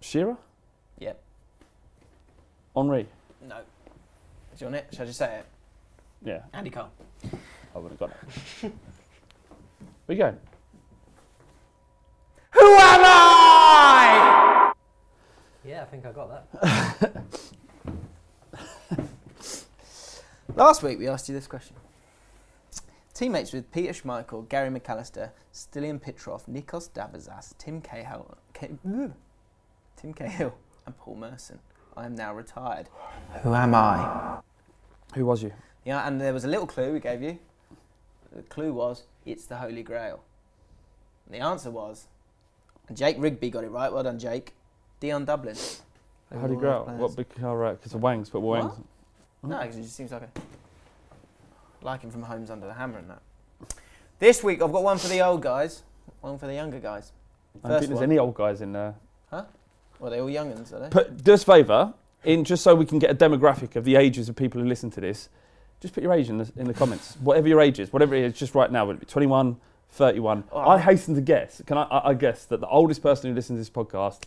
S2: Shearer.
S1: Yep.
S2: Henri.
S1: No. Do you want it? Shall I just say it?
S2: Yeah,
S1: Andy Cole.
S2: I would have got it. *laughs* we go.
S1: Who am I?
S3: Yeah, I think I got that.
S1: Last week we asked you this question. Teammates with Peter Schmeichel, Gary McAllister, Stilian Petrov, Nikos Davazas, Tim Cahill, Ca- Tim Cahill, and Paul Merson. I am now retired. Who am I?
S2: Who was you?
S1: Yeah, and there was a little clue we gave you. The clue was it's the Holy Grail. And the answer was, and Jake Rigby got it right. Well done, Jake. Dion Dublin.
S2: How do you grow? up? What? Because of Wangs, but
S1: What?
S2: Wangs.
S1: No,
S2: Mm.
S1: because it just seems like a like him from Homes Under the Hammer and that. This week I've got one for the old guys, one for the younger guys.
S2: I don't
S1: First
S2: think there's
S1: one.
S2: any old guys in there.
S1: Well, they're all youngins, are they?
S2: Put do us a favour in just so we can get a demographic of the ages of people who listen to this. Just put your age in the, in the comments. Whatever your age is, whatever it is, just right now, would it be 21, 31?
S1: Oh,
S2: I
S1: I-
S2: hasten to guess. Can I, I, I guess that the oldest person who listens to this podcast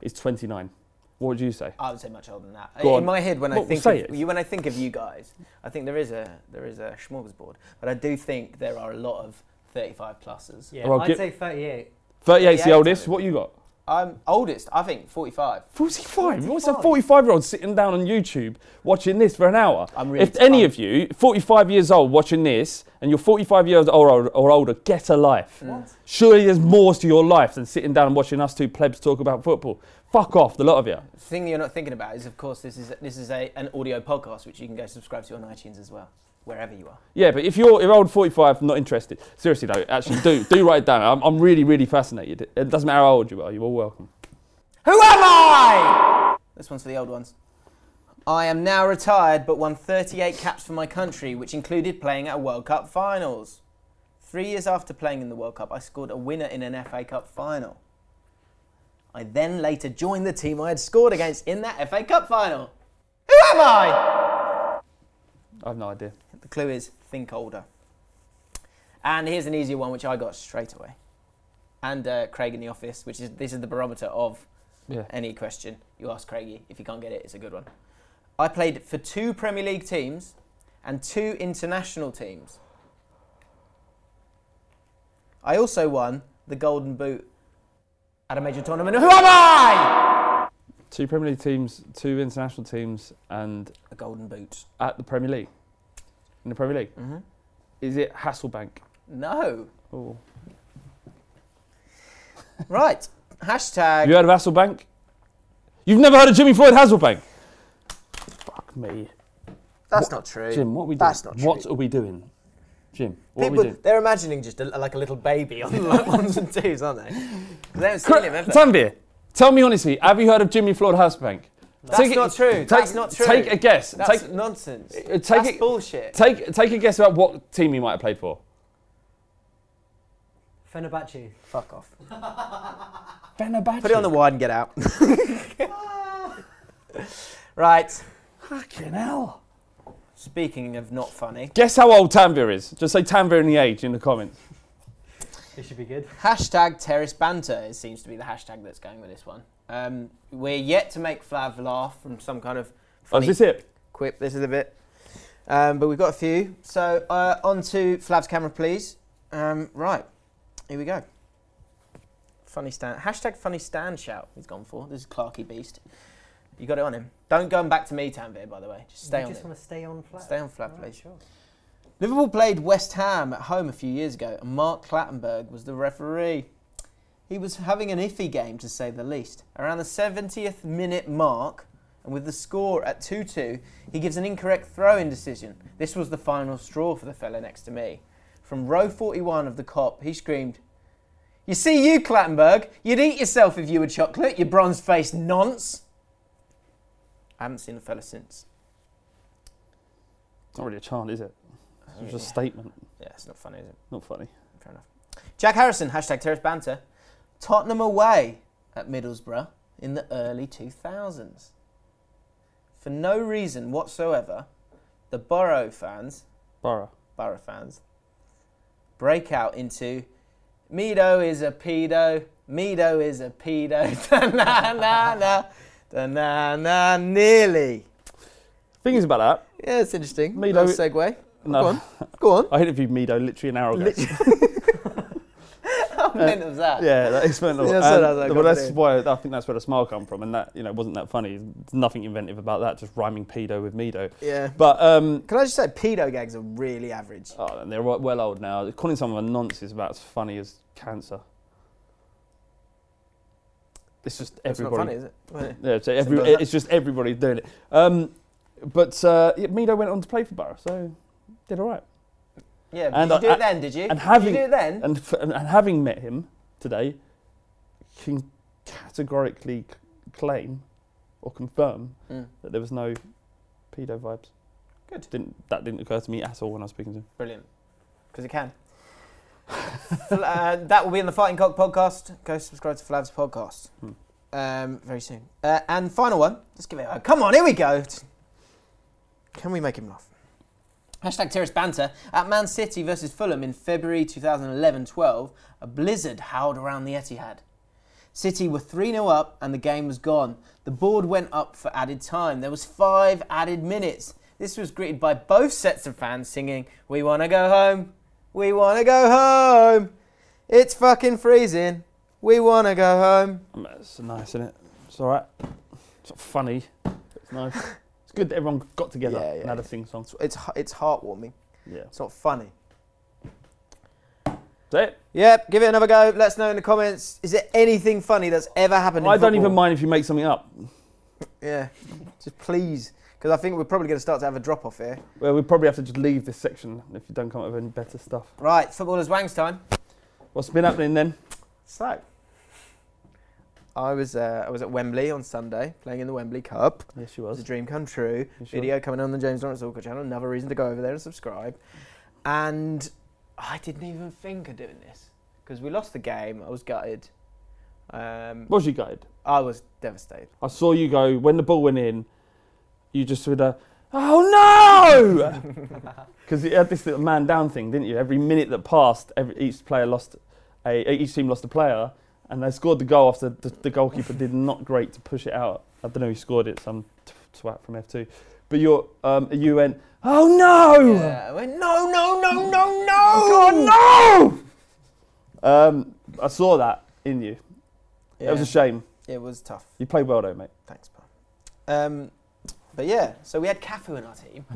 S2: is 29. What would you say?
S1: I would say much older than that.
S2: Go
S1: in
S2: on.
S1: my head, when
S2: Well,
S1: I think
S2: say
S1: of,
S2: it.
S1: you, when I think of you guys, I think there is a there is a smorgasbord, but I do think there are a lot of 35 pluses.
S3: Yeah,
S2: Well,
S3: I'd
S2: get-
S3: say 38.
S2: 38's the
S1: 38,
S2: oldest.
S1: sorry.
S2: What you got?
S1: I'm oldest. I think 45.
S2: 45. What's a
S3: 45?
S2: 45 year old sitting down on YouTube watching this for an hour?
S1: I'm really.
S2: If any
S1: I'm-
S2: of you, 45 years old, watching this, and you're 45 years old or older, get a life.
S1: Mm.
S2: Surely there's more to your life than sitting down and watching us two plebs talk about football. Fuck off, the lot of you.
S1: The thing you're not thinking about is, of course, this is this is a an audio podcast which you can go subscribe to on iTunes as well, wherever you are.
S2: Yeah, but if you're, if you're old 45, not interested. Seriously, though, actually, do do write it down. I'm, I'm really, really fascinated. It doesn't matter how old you are, you're all welcome.
S1: Who am I? This one's for the old ones. I am now retired, but won 38 caps for my country, which included playing at World Cup finals. Three years after playing in the World Cup, I scored a winner in an FA Cup final. I then later joined the team I had scored against in that FA Cup final. Who am I?
S2: I have no idea.
S1: The clue is think older. And here's an easier one, which I got straight away. And uh, Craig in the office, which is this is the barometer of
S2: Yeah.
S1: any question you ask Craigie. If you can't get it, it's a good one. I played for two Premier League teams and two international teams. I also won the Golden Boot at a major tournament. Who am I?
S2: Two Premier League teams, two international teams, and
S1: A Golden Boot.
S2: at the Premier League. In the Premier League.
S1: Mm-hmm.
S2: Is it Hasselbank?
S1: No.
S2: Oh.
S1: Right. *laughs* Hashtag.
S2: Have you heard of Hasselbank? You've never heard of Jimmy Floyd Hasselbank? Fuck me.
S1: That's not true.
S2: Jim, what are we doing?
S1: That's not
S2: what
S1: true.
S2: are we doing? Jim, what are we
S1: People,
S2: doing?
S1: they're imagining just a, like a little baby on like ones and twos, aren't they? 'Cause They haven't seen him, have they?
S2: Tanvir, tell me honestly, have you heard of Jimmy Floyd Hasselbank?
S1: That's
S2: Take it-
S1: not true.
S2: take-
S1: That's not true.
S2: Take a guess.
S1: That's
S2: Take,
S1: nonsense.
S2: uh, take
S1: That's
S2: it-
S1: bullshit.
S2: take, take a guess about what team he might have played for.
S3: Fenerbahce.
S1: Fuck off.
S2: Fenerbahce.
S1: Put it on the wide and get out. *laughs* right.
S2: Fucking hell.
S1: Speaking of not funny,
S2: Guess how old Tanvir is. Just say Tanvir and the age in the comments.
S3: *laughs* It should be good.
S1: hashtag terrace banter it seems to be the hashtag that's going with this one. Um, we're yet to make Flav laugh from some kind of
S2: Oh,
S1: funny
S2: is this it?
S1: quip. This is a bit. Um, but we've got a few. So uh, on to Flav's camera, please. Um, right. Here we go. Funny stand. Hashtag funny stand shout he's gone for. This is Clarky Beast. You got it on him. Don't go back to me, Tanvir, by the way. Just stay
S3: you
S1: on
S3: just
S1: him.
S3: want to stay on flat.
S1: Stay on flat,
S3: Alright,
S1: please.
S3: sure.
S1: Liverpool played West Ham at home a few years ago, and Mark Clattenburg was the referee. he was having an iffy game to say the least. Around the 70th minute mark, and with the score at 2 2, he gives an incorrect throw in decision. This was the final straw for the fella next to me. From row 41 of the cop, he screamed, You see, you, Clattenburg, you'd eat yourself if you were chocolate, you bronze faced nonce. I haven't seen the fella since.
S2: It's not really a chant, is it? It's just
S1: Yeah.
S2: a statement.
S1: Yeah, it's not funny, is it?
S2: Not funny.
S1: Fair enough. Jack Harrison, hashtag terrace banter. Tottenham away at Middlesbrough in the early 2000s. For no reason whatsoever, the Borough fans,
S2: Borough.
S1: Borough fans, break out into Mido is a pedo, Mido is a pedo, *laughs* da na na na, da na na nearly.
S2: Thing is about that.
S1: Yeah, it's interesting.
S2: Mido-
S1: Little segue.
S2: No.
S1: Go on. Go on.
S2: I interviewed Mido literally an hour ago.
S1: *laughs* How meant was that?
S2: *laughs* Yeah, that is mental.
S1: Uh, *laughs* Yeah, so
S2: And-
S1: that's like
S2: well, that's
S1: comedy.
S2: why I think that's where the smile come from, and that you know wasn't that funny. There's nothing inventive about that. Just rhyming pedo with Mido.
S1: yeah.
S2: But um,
S1: Can I just say, pedo gags are really average.
S2: oh, and they're wel- well old now. Calling someone a nonce is about as funny as cancer. It's just
S1: It's not
S2: everybody.
S1: funny, is it? Well,
S2: Yeah, so every,
S1: Simple as that.
S2: it's just everybody doing it. Um, but uh, yeah, Mido went on to play for Borough, so did all right.
S1: Yeah, but
S2: And
S1: did you do
S2: I-
S1: it then, did you?
S2: and having-
S1: did you do it then?
S2: And, f- and, and having met him today, can categorically c- claim or confirm
S1: Mm.
S2: that there was no pedo vibes.
S1: Good.
S2: Didn't that didn't occur to me at all when I was speaking to him.
S1: Brilliant. Because it can. Fl- uh, that will be in the Fighting Cock podcast. Go subscribe to Flav's podcast
S2: Hmm.
S1: um, very soon. Uh, and final one. Let's give it a Come on, here we go. Can we make him laugh? Hashtag terrace banter. At Man City versus Fulham in February 2011 12, a blizzard howled around the Etihad. City were 3 0 up and the game was gone. The board went up for added time. There was five added minutes. This was greeted by both sets of fans singing, We want to go home. We want to go home. It's fucking freezing. We want to go home.
S2: I mean, it's nice, isn't it? It's all right. It's not funny. but
S1: *laughs*
S2: It's nice. it's good that everyone got together
S1: Yeah, yeah,
S2: and had a
S1: yeah.
S2: sing song.
S1: It's, it's, it's heartwarming.
S2: Yeah.
S1: It's not funny.
S2: That's it.
S1: Yep, give it another go. Let us know in the comments. Is there anything funny that's ever happened? In
S2: I don't
S1: football?
S2: even mind if you make something up.
S1: Yeah, just please, because I think we're probably going to start to have a drop off here.
S2: Well, we probably have to just leave this section if you don't come up with any better stuff.
S1: Right, footballers' wangs time.
S2: What's been happening then?
S1: So, I was uh, I was at Wembley on Sunday playing in the Wembley Cup.
S2: Yes, she
S1: It was a dream come true.
S2: You sure?
S1: Video coming on the James Lawrence Orca channel. Another reason to go over there and subscribe. And I didn't even think of doing this because we lost the game. I was gutted. Um,
S2: Was you guide?
S1: I was devastated.
S2: I saw you go when the ball went in. You just with a oh
S1: *laughs*
S2: no, because you had this little man down thing, didn't you? Every minute that passed, every, each player lost a each team lost a player, and they scored the goal after the, the goalkeeper did not great to push it out. I don't know who scored it, some t- twat from F two, but you um, you went oh no,
S1: Yeah, I went, no, no, no, no, no.
S2: oh
S1: *laughs*
S2: no. Um, I saw that in you.
S1: Yeah,
S2: It was a shame.
S1: it was tough.
S2: You played well though, mate.
S1: Thanks, pal. Um, but yeah, so we had Cafu in our
S2: *laughs*
S1: team,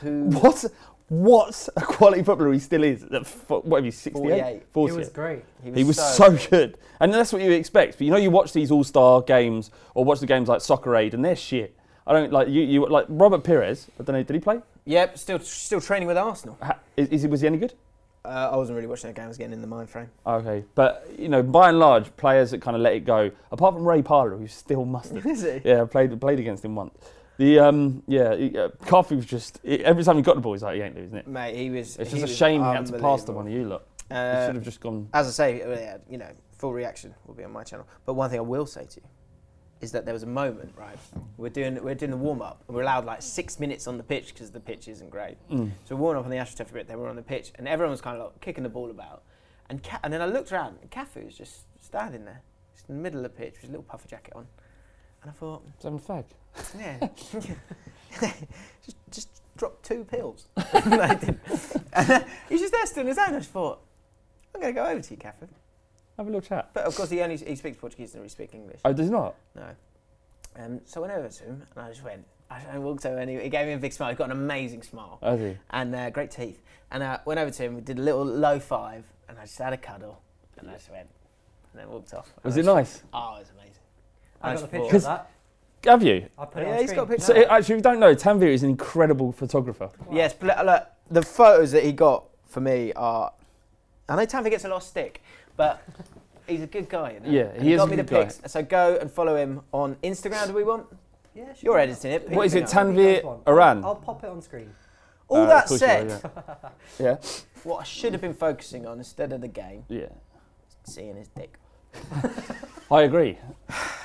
S1: who
S2: What? What a quality footballer he still is. At fo- whatever he's 68,
S1: 48.
S2: 48.
S3: It was great.
S2: He was so, good. And that's what you expect. But you know, you watch these all star games or watch the games like Soccer Aid and they're shit. I don't like you, you like Robert Perez. I don't know, did he play?
S1: Yep, still still training with Arsenal.
S2: Ha- Is, is he, was he any good?
S1: Uh, I wasn't really watching that game. I was getting in the mind
S2: *laughs*
S1: frame.
S2: Okay. But, you know, by and large, players that kind of let it go, apart from Ray Parler, who's still mustard.
S1: Is he?
S2: *laughs* yeah, I played, played against him once. The, um, yeah, he, uh, Coffee was just, every time he got the ball, he's like, he ain't losing it.
S1: Mate, he was.
S2: It's
S1: he
S2: just a
S1: was
S2: shame he had to pass to
S1: unbelievable.
S2: one of you lot. He
S1: Uh,
S2: should have just gone
S1: as I say, uh, yeah, you know, full reaction will be on my channel. But one thing I will say to you is that there was a moment, right? We're doing we're doing the warm up. We're allowed like six minutes on the pitch because the pitch isn't great.
S2: Mm.
S1: So we warm up on the AstroTurf a bit. Then we're on the pitch, and everyone was kind of like kicking the ball about. And Ca- and then I looked around, and Cafu was just standing there, just in the middle of the pitch with his little puffer jacket on. And I thought,
S2: Seven *laughs* fag.
S1: yeah, *laughs* just, just drop two pills. *laughs* No, I didn't. And uh, he's just there still in his own. I just thought, I'm going to go over to you, Cafu.
S2: Have a little chat.
S1: But of course, he only he speaks Portuguese and he speaks English.
S2: Oh, does he not?
S1: No. Um, so I went over to him and I just went. I I walked over and he, he gave me a big smile. He's got an amazing smile
S2: Has he?
S1: and uh, great teeth. And I went over to him. We did a little low five and I just had a cuddle and I just went, and then walked off.
S2: Was
S1: I
S2: it nice?
S1: Oh, it was amazing.
S3: I
S1: Nice
S3: got the picture
S1: ball.
S3: of that.
S2: Have you?
S3: I put it
S1: Yeah,
S3: on
S1: he's got a
S3: screen.
S1: picture.
S2: So
S1: No.
S2: uh, actually, if you don't know, Tanvir is an incredible photographer.
S1: Yes, but look, the photos that he got for me are. I know Tanvir gets a lot of stick, but he's a good guy. You know?
S2: Yeah,
S1: And
S2: he is
S1: got
S2: a
S1: me
S2: good
S1: the
S2: guy.
S1: pics. So go and follow him on Instagram. Do we want?
S3: Yeah, sure.
S1: You're editing it.
S2: What is it,
S1: Peter.
S2: Tanvir
S3: I'll-
S2: Aran?
S3: I'll pop it on screen.
S1: All
S2: Uh,
S1: that
S2: of course
S1: said,
S2: you are, yeah.
S1: what I should have been focusing on instead of the game,
S2: *laughs* yeah. Yeah.
S1: seeing his dick.
S2: I agree.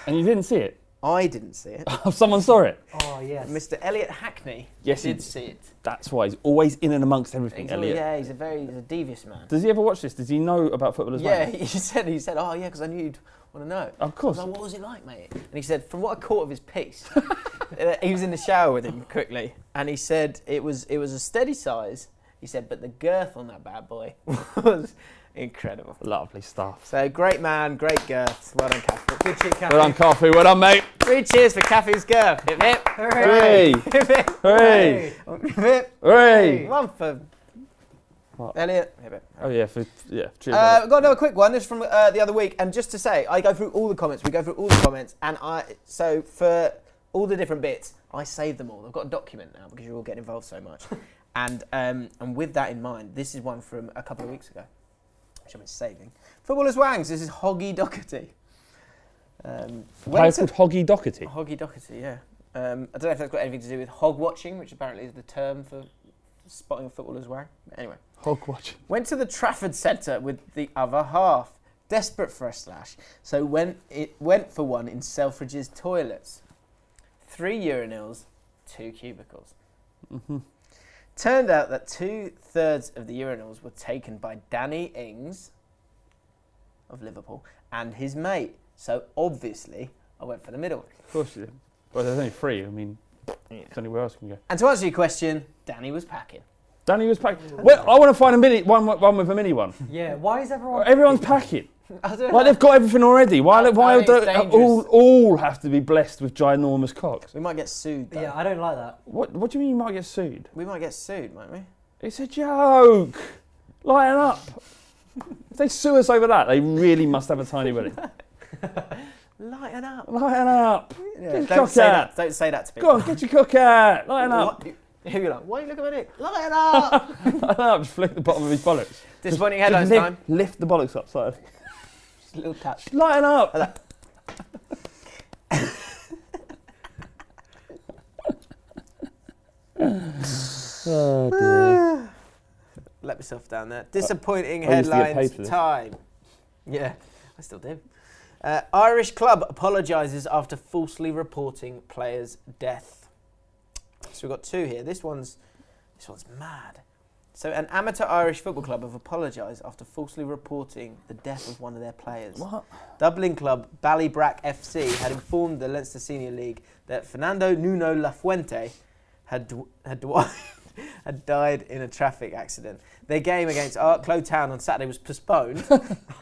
S2: And you didn't see it.
S1: I didn't see it.
S2: Someone saw it.
S3: Oh yes.
S1: Mr. Elliot Hackney
S2: Yes, he
S1: did
S2: did.
S1: see it.
S2: That's why he's always in and amongst everything,
S1: He's-
S2: Elliot.
S1: Yeah, he's a very he's a devious man.
S2: Does he ever watch this? Does he know about football as
S1: Yeah,
S2: well?
S1: he *laughs* said he said, oh yeah, because I knew you'd want to know.
S2: Of
S1: I was
S2: course.
S1: like, what was it like, mate? And he said, from what I caught of his piece, *laughs* uh, he was in the shower with him quickly, and he said it was it was a steady size. He said, but the girth on that bad boy *laughs* was incredible.
S2: Lovely stuff.
S1: So great man, great girth. Well done, Caffey.
S3: Good shit, Kathy.
S2: Well done, Coffee. Well done, mate.
S1: Three cheers for Caffey's girth. Hip hip.
S2: Hooray!
S1: Hip hip.
S2: Hooray!
S1: Hip hip.
S2: Hooray!
S1: One for
S2: What?
S1: Elliot. Hip hip.
S2: Oh, yeah. For, yeah. Cheers,
S1: Uh,
S2: Elliot.
S1: we've got another quick one. This is from uh, the other week, and just to say, I go through all the comments. We go through all the comments, and I so for all the different bits, I save them all. I've got a document now because you're all getting involved so
S2: *laughs*
S1: much, and um, and with that in mind, this is one from a couple of weeks ago, which I've been saving. Footballers Wangs. This is Hoggy Doherty. Um,
S2: A
S1: when
S2: player
S1: to-
S2: called Hoggy Doherty.
S1: Hoggy Doherty, yeah. Um, I don't know if that's got anything to do with hog watching, which apparently is the term for spotting a footballer's wang. But Anyway.
S2: Hogwatch.
S1: Went to the Trafford Centre with the other half, desperate for a slash, so went, it went for one in Selfridge's toilets. Three urinals, two cubicles. Turned out that two thirds of the urinals were taken by Danny Ings of Liverpool and his mate, so obviously I went for the middle.
S2: Of course you did. Well, there's only three. I mean, it's only where else can you go.
S1: And to answer your question, Danny was packing.
S2: Danny was packing. Well, I want to find a mini one, one with a mini one.
S3: Yeah. Why is everyone?
S2: Everyone's packing.
S1: *laughs* I don't
S2: Like
S1: know.
S2: they've got everything already. Why?
S1: I- I
S2: why
S1: think
S2: do
S1: it's dangerous.
S2: all all have to be blessed with ginormous cocks?
S1: We might get sued. Though.
S3: Yeah, I don't like that.
S2: What? What do you mean you might get sued?
S1: We might get sued, might we?
S2: It's a joke. Line up. if they sue us over that, they really must have a
S1: *laughs*
S2: tiny wedding.
S1: Lighten up.
S2: Line up.
S1: Yeah,
S2: Get
S1: don't
S2: cock
S1: say that.
S2: out.
S1: Don't say that to people.
S2: Go on, get your cock out. Line up.
S1: What- Who you like? Why are you looking at it? Look at that!
S2: Line up. Just flick the bottom of his bollocks.
S1: Disappointing headlines
S2: lift,
S1: time.
S2: lift the bollocks up slightly.
S1: Just a little touch.
S2: Line up. oh dear.
S1: Let myself down there. Disappointing
S2: I used to get paid for
S1: headlines
S2: this.
S1: time. Yeah, I still do. Uh, Irish club apologises after falsely reporting player's death. So we've got two here. This one's this one's mad. So an amateur Irish football club have apologised after falsely reporting the death of one of their players.
S2: What?
S1: Dublin club Ballybrack FC had informed the Leinster Senior League that Fernando Nuno Lafuente had d- had, dwi- *laughs* had died in a traffic accident. Their game against Arklow Town on Saturday was postponed,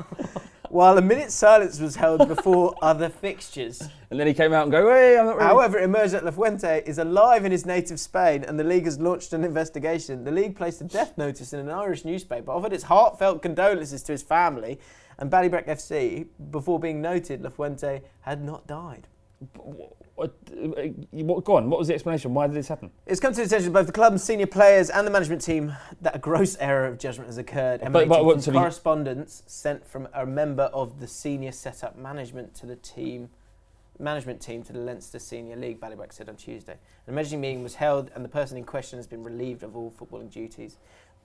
S1: *laughs* while a minute's silence was held
S2: *laughs*
S1: before other fixtures.
S2: And then he came out and go, hey, I'm not really.
S1: However, it emerged that Lafuente is alive in his native Spain, and the league has launched an investigation. The league placed a death notice in an Irish newspaper, offered its heartfelt condolences to his family and Ballybrack FC. Before being noted, Lafuente had not died.
S2: What, uh, you- what, go on. What was the explanation? Why did this happen?
S1: It's come to the attention of both the club's senior players and the management team that a gross error of judgment has occurred, emanating
S2: but what-
S1: from
S2: so the-
S1: correspondence sent from a member of the senior setup management to the team management team to the Leinster Senior League. Ballybrack said on Tuesday, an emergency meeting was held, and the person in question has been relieved of all footballing duties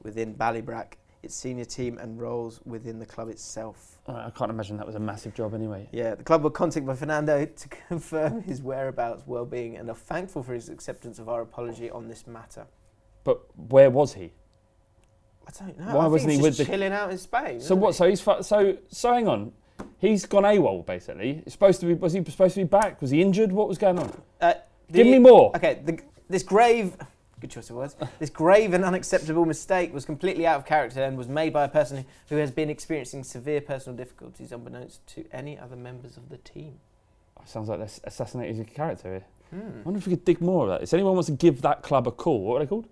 S1: within Ballybrack, its senior team, and roles within the club itself.
S2: Uh, I can't imagine that was a massive job anyway.
S1: Yeah, the club were contacted by Fernando to *laughs* confirm his whereabouts, well-being, and are thankful for his acceptance of our apology on this matter.
S2: But where was he?
S1: I don't know.
S2: Why
S1: I think
S2: wasn't he
S1: he's
S2: with
S1: just
S2: the-
S1: chilling out in Spain?
S2: So
S1: isn't
S2: what?
S1: he?
S2: So he's fu- so so. Hang on. He's gone AWOL basically. He's supposed to be. Was he supposed to be back? Was he injured? What was going on?
S1: Uh,
S2: Give
S1: the-
S2: me more.
S1: *laughs* Okay, the, this grave. Good choice of
S2: *laughs*
S1: words. This grave and unacceptable mistake was completely out of character and was made by a person who has been experiencing severe personal difficulties, unbeknownst to any other members of the team.
S2: Sounds like they're assassinating his character here. I
S1: Hmm.
S2: wonder if we could dig more of that. If anyone wants to give that club a call, what are they called?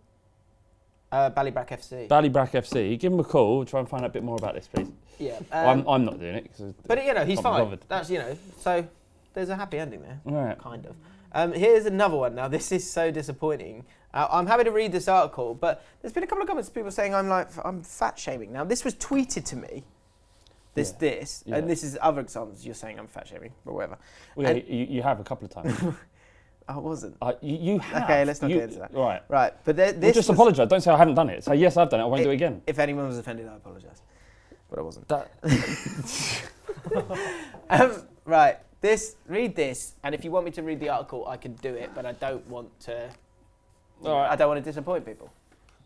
S1: Uh, Ballybrack FC.
S2: Ballybrack FC. Give him a call. Try and find out a bit more about this, please.
S1: yeah.
S2: I'm,
S1: Um,
S2: I'm not doing it. Cause
S1: but you know he's
S2: I'm
S1: fine.
S2: bothered.
S1: That's you know. So there's a happy ending there.
S2: all right.
S1: kind of. Um, here's another one. Now, this is so disappointing. Uh, I'm happy to read this article, but there's been a couple of comments of people saying I'm like I'm fat shaming. Now, this was tweeted to me. This,
S2: Yeah.
S1: this,
S2: Yeah.
S1: and this is other examples. You're saying I'm fat shaming, but whatever.
S2: Well, yeah,
S1: And-
S2: you, you have a couple
S1: *laughs*
S2: of times.
S1: I wasn't.
S2: uh, you, you have.
S1: Okay, let's not
S2: you,
S1: get into that.
S2: All right.
S1: Right, but th-
S2: Well,
S1: this.
S2: just
S1: was-
S2: apologise. Don't say I hadn't done it. Say yes, I've done it. I won't
S1: It-
S2: do it again.
S1: If anyone was offended, I apologise, but I wasn't.
S2: That,
S1: *laughs* Um, right, this. Read this, and if you want me to read the article, I can do it, but I don't want to.
S2: all right.
S1: I don't want to disappoint people.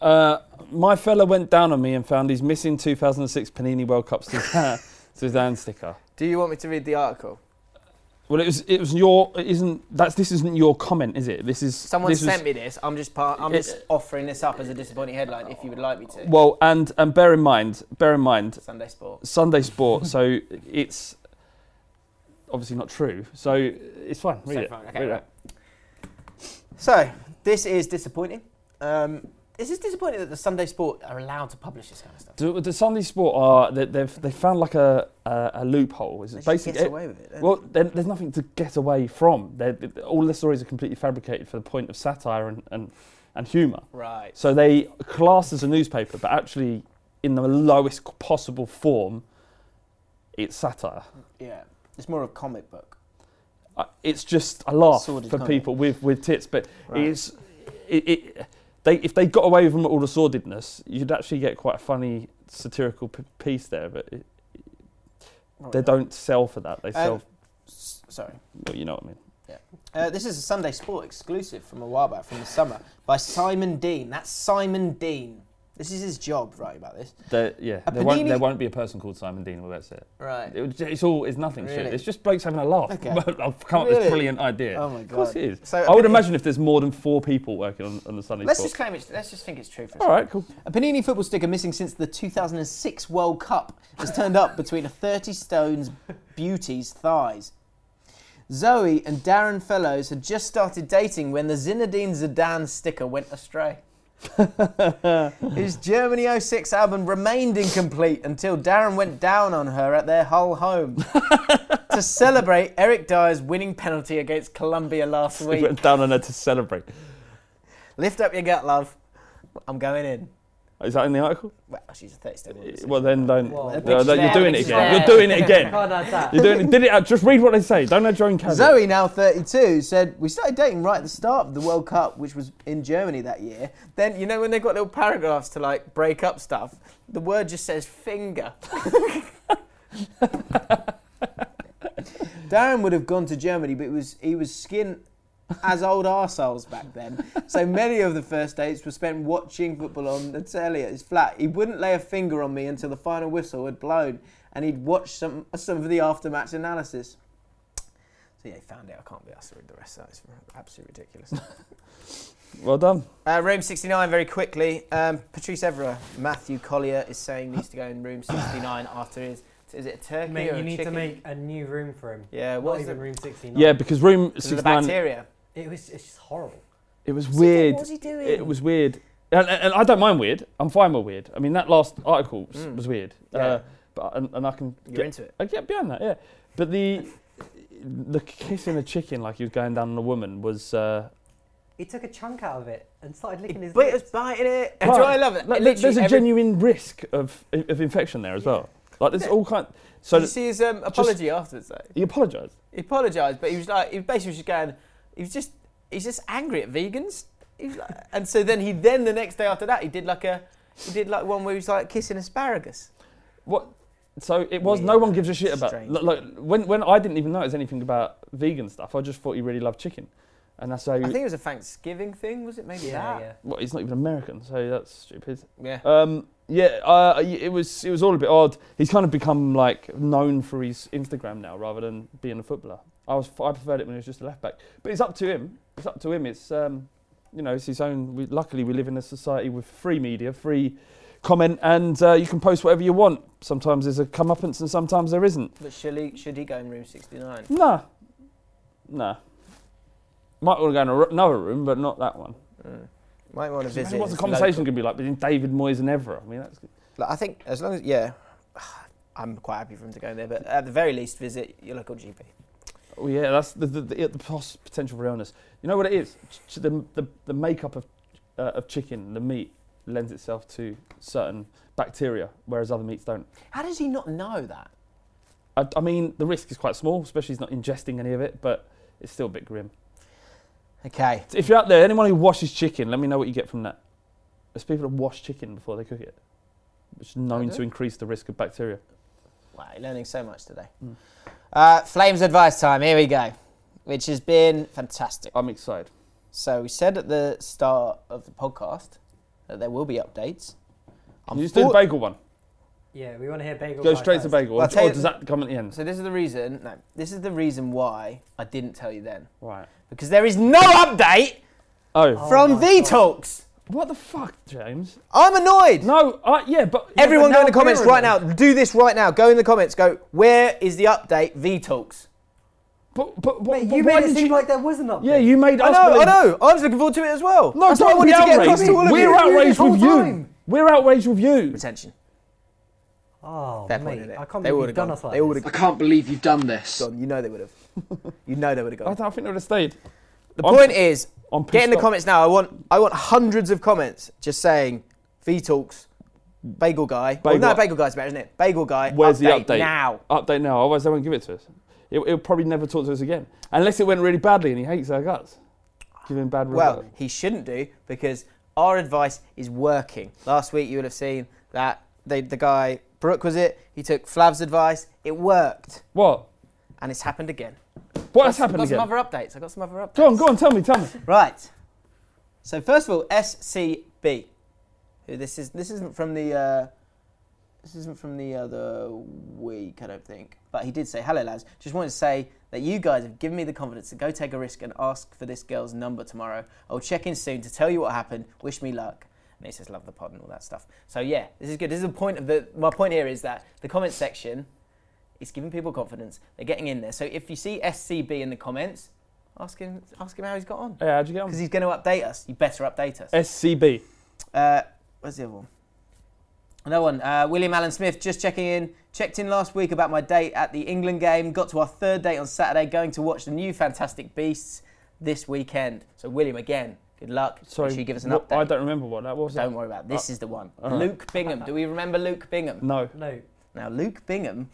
S2: Uh, my fella went down on me and found his missing 2006 Panini World Cup *laughs* Suzanne, Suzanne sticker.
S1: Do you want me to read the article?
S2: Well, it was it was your it isn't that's this isn't your comment, is it? This is
S1: Someone
S2: this was-
S1: sent me this. I'm just part, I'm
S2: It-
S1: just offering this up as a disappointing headline. If you would like me to,
S2: Well, and and bear in mind, bear in mind,
S1: Sunday Sport.
S2: Sunday Sport. so *laughs* it's obviously not true. So it's fine. Read
S1: So
S2: it.
S1: fine, okay,
S2: Read it.
S1: right. So this is disappointing. Um, this is disappointing that the Sunday Sport are allowed to publish this kind of stuff.
S2: Do, the Sunday Sport are they, they've they found like a a, a loophole. Is
S1: They
S2: it
S1: should
S2: basically
S1: get away with it. don't
S2: Well,
S1: they?
S2: there, there's nothing to get away from. They're, all the stories are completely fabricated for the point of satire and, and, and humour.
S1: right.
S2: So they class as a newspaper, but actually, in the lowest possible form, it's satire.
S1: Yeah, it's more of a comic book.
S2: I- It's just a laugh
S1: Sordid
S2: for
S1: comment.
S2: people with, with tits, but
S1: Right.
S2: it's, it, it, they, if they got away from all the sordidness, you'd actually get quite a funny satirical p- piece there, but it,
S1: Right.
S2: they don't sell for that. They sell,
S1: Um, S- sorry.
S2: well, you know what I mean.
S1: Uh, this is a Sunday Sport exclusive from a while back, from the summer, by Simon Dean. That's Simon Dean. This is his job, writing about this.
S2: They're, yeah,
S1: A
S2: there won't,
S1: Panini-
S2: there won't be a person called Simon Dean, well, that's it.
S1: Right.
S2: It was, it's all it's nothing
S1: Really?
S2: shit. It's just blokes having a laugh. *laughs*
S1: Okay.
S2: I've come up with
S1: Really?
S2: this brilliant idea.
S1: Oh my god.
S2: of course it is.
S1: So
S2: I would
S1: Panini-
S2: imagine if there's more than four people working on, on the Sunday
S1: Let's
S2: Sport.
S1: just claim it. Let's just think it's true for a
S2: all right, cool.
S1: A Panini football sticker missing since the 2006 World Cup has turned up between a 30 stones beauty's thighs. Zoe and Darren Fellows had just started dating when the Zinedine Zidane sticker went astray. His Germany 06 album remained incomplete until Darren went down on her at their Hull home to celebrate Eric Dyer's winning penalty against Colombia last
S2: We
S1: week.
S2: went down on her to celebrate.
S1: Lift up your gut, love. I'm going in.
S2: Is that in the article?
S1: Well, she's a 30 stone. woman, so-
S2: Eh, Well, then don't.
S3: Well,
S2: no, no,
S3: the
S1: picture's
S2: you're
S1: there,
S2: doing
S1: the
S2: it
S1: picture's
S2: again. You're
S1: there.
S2: doing it
S1: *laughs*
S2: again.
S3: Can't add that.
S2: You're doing it. Did it? out- Just read what they say. Don't add your own caveat.
S1: Zoe, now 32, said, We started dating right at the start of the World Cup, which was in Germany that year. Then, you know, when they've got little paragraphs to like break up stuff, the word just says finger. Darren would have gone to Germany, but it was, he was skin as old arseholes back then. So many of the first dates were spent watching football on the telly at his flat. He wouldn't lay a finger on me until the final whistle had blown, and he'd watch some, some of the aftermatch analysis. So yeah, he found it. I can't be asked to read the rest of that. It's absolutely ridiculous. *laughs*
S2: Well done.
S1: uh, room 69, very quickly. Um, Patrice Evra, Matthew Collier is saying needs to go in room 69 after his. Is it a turkey
S3: Mate,
S1: or
S3: you
S1: a
S3: need to
S1: chicken?
S3: make a new room for him.
S1: Yeah,
S3: Not
S1: what is
S3: even
S1: the,
S3: room 69.
S2: Yeah, because room
S1: the
S2: 69.
S1: bacteria?
S3: It was it's just horrible.
S2: It was
S1: What's he doing?
S2: weird.
S1: What was he doing?
S2: It was weird. And, and, and I don't mind weird. I'm fine with weird. I mean, that last article s-
S1: Mm.
S2: was weird.
S1: Yeah.
S2: Uh, but and, and I can
S1: You're
S2: get
S1: into it.
S2: I get behind that, yeah. But the the kissing a chicken like he was going down on a woman was uh,
S3: He took a chunk out of it and started licking his
S1: But it was
S3: lips.
S1: biting it.
S2: Right.
S1: Do *laughs* I love it?
S2: like,
S1: It
S2: there- there's
S1: literally
S2: a
S1: every-
S2: genuine risk of of infection there as well. Like there's all kind.
S1: Did
S2: So
S1: you
S2: th-
S1: see his um, apology afterwards though?
S2: he apologised.
S1: He apologised, but he was like, he basically was just going, he was just, he's just angry at vegans. He was like, and so then he, then the next day after that, he did like a, he did like one where he was like kissing asparagus.
S2: What? So it was. No
S1: Weird.
S2: one gives a shit about.
S1: Strange.
S2: Look, look, when when I didn't even notice anything about vegan stuff, I just thought he really loved chicken, and that's how.
S1: I
S2: You,
S1: think it was a Thanksgiving thing, was it? Maybe
S3: yeah,
S1: that.
S3: yeah.
S2: well, he's not even American, so that's stupid.
S1: Yeah.
S2: Um, yeah, uh, y- it was it was all a bit odd. He's kind of become like known for his Instagram now rather than being a footballer. I was I preferred it when he was just a left back, but it's up to him. It's up to him. It's um, you know, it's his own. We, luckily, we live in a society with free media, free comment, and uh, you can post whatever you want. Sometimes there's a comeuppance, and sometimes there isn't.
S1: But should he, should he go in room 69?
S2: Nah, nah. Might want to go in a r- another room, but not that one.
S1: Mm. Might want to visit.
S2: Imagine what's the
S1: his
S2: conversation
S1: local-
S2: going to be like between David Moyes and Evra? I mean, that's good.
S1: Like, I think as long as yeah, *sighs* I'm quite happy for him to go there. But at the very least, visit your local GP.
S2: Oh yeah, that's the the, the, the pos- potential for illness. You know what it is? Ch- ch- the, the the makeup of uh, of chicken, the meat lends itself to certain bacteria, whereas other meats don't.
S1: How does he not know that?
S2: I, I mean, the risk is quite small, especially he's not ingesting any of it, but it's still a bit grim.
S1: Okay.
S2: If you're out there, anyone who washes chicken, let me know what you get from that. There's people that wash chicken before they cook it, which is known
S1: do?
S2: to increase the risk of bacteria.
S1: Wow, you're learning so much today.
S2: Mm.
S1: Uh, Flames advice time. Here we go, which has been fantastic.
S2: I'm excited.
S1: So we said at the start of the podcast that there will be updates.
S2: Can you just do the
S1: Unfor-
S2: bagel one.
S3: Yeah, we want to hear bagel.
S2: Go
S3: Guy
S2: straight to
S3: first.
S2: bagel.
S1: Well,
S2: or
S1: I'll tell you-
S2: does that come at the end?
S1: so this is the reason. No, this is the reason why I didn't tell you then,
S2: Right.
S1: because there is no update
S2: Oh.
S3: Oh
S1: from
S3: my
S1: V
S3: God.
S1: Talks.
S2: What the fuck, James?
S1: I'm annoyed.
S2: No, uh, yeah, but.
S1: Everyone
S2: yeah,
S1: go in
S2: but
S1: the
S2: now
S1: comments
S2: we're
S1: right now.
S2: annoyed.
S1: Do this right now. Go in the comments. Go, where is the update V Talks?
S2: But, but, but,
S3: Wait,
S2: but
S3: you
S2: why
S3: made it
S2: did
S3: seem
S2: you-
S3: like there was an update.
S2: Yeah, you made
S1: I
S2: us
S1: know, I
S2: believe-
S1: know. I was looking forward to it as well.
S2: No,
S1: That's
S2: don't
S1: what I
S2: be
S1: wanted to get across
S2: outraged.
S1: to all of
S2: We're
S1: you.
S3: out- You
S2: outraged
S3: did
S2: with
S3: the whole
S2: you.
S3: time.
S2: We're outraged with you.
S1: Attention.
S3: Oh,
S1: Fair point,
S3: mate,
S1: innit?
S3: I can't
S1: They
S3: believe
S1: would've
S3: you've done
S1: gone.
S3: us like
S1: They would've
S3: this.
S4: I can't believe you've done this.
S1: Gone. You know they would have. *laughs* You know they would have
S2: I,
S1: gone.
S2: don't, I think they would have stayed.
S1: The
S2: I'm-
S1: point is,
S2: I'm
S1: get in the
S2: pissed off.
S1: comments now. I want, I want hundreds of comments just saying V Talks, Bagel Guy. Well,
S2: Bagel-
S1: no, Bagel Guy's better, isn't it? Bagel Guy.
S2: Where's the
S1: update
S2: update?
S1: now?
S2: Update now, otherwise they won't give it to us. It, it'll probably never talk to us again. Unless it went really badly and he hates our guts. Give him bad
S1: Well,
S2: review.
S1: he shouldn't do because our advice is working. Last week you would have seen that they, the guy, Brooke was it, he took Flav's advice, it worked.
S2: What?
S1: And it's happened again.
S2: What has
S1: I've
S2: happened
S1: got
S2: again?
S1: some other updates. I've got some other updates.
S2: Go on, go on, tell me, tell me.
S1: *laughs* Right. So first of all, SCB. Who This is this isn't from the uh, this isn't from the other week, I don't think. But he did say, "Hello, lads. Just wanted to say that you guys have given me the confidence to go take a risk and ask for this girl's number tomorrow. I'll check in soon to tell you what happened. Wish me luck." And he says, "Love the pod and all that stuff." So yeah, this is good. This is the point of the. My point here is that the comment section. is giving people confidence. They're getting in there. So if you see SCB in the comments, ask him, ask him how he's got on.
S2: Hey, how'd you get on?
S1: Because Oh. he's going to update us. You better update
S2: Eh.
S1: us.
S2: SCB.
S1: Uh, where's the other one? Another one. Uh, William Allen Smith, just checking in. Checked in last week about my date at the England game. Got to our third date on Saturday. Going to watch the new Fantastic Beasts this weekend. So, William, again, good luck.
S2: Sorry.
S1: Make sure you give us an
S2: what-
S1: update.
S2: I don't Uh, uh-huh. remember what that was.
S1: Don't worry about it. This is the one.
S2: alright.
S1: Luke Bingham. Do we remember Luke Bingham?
S2: No.
S3: No,
S1: Now, Luke Bingham,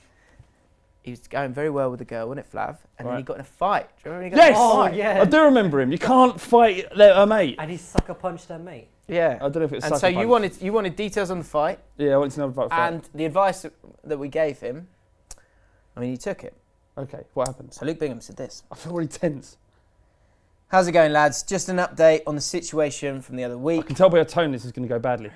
S1: he was going very well with the girl, wasn't it, Flav? And then he
S2: Right.
S1: got in a fight. Do you remember when he got in
S2: Yes!
S1: a
S3: Oh,
S1: fight?
S3: yeah.
S2: I do remember him. You can't fight their, a mate. I
S3: and he sucker punched their mate.
S1: Yeah.
S2: don't know if it's
S1: And so you wanted, you wanted details on the fight.
S2: Yeah, I want to know about fight.
S1: And the advice that- that we gave him, I mean, he took it.
S2: Okay, what happens?
S1: So Luke Bingham said this.
S2: I feel really tense.
S1: How's it going, lads? Just an update on the situation from the other
S2: I
S1: week.
S2: can tell by your tone this is going to go badly.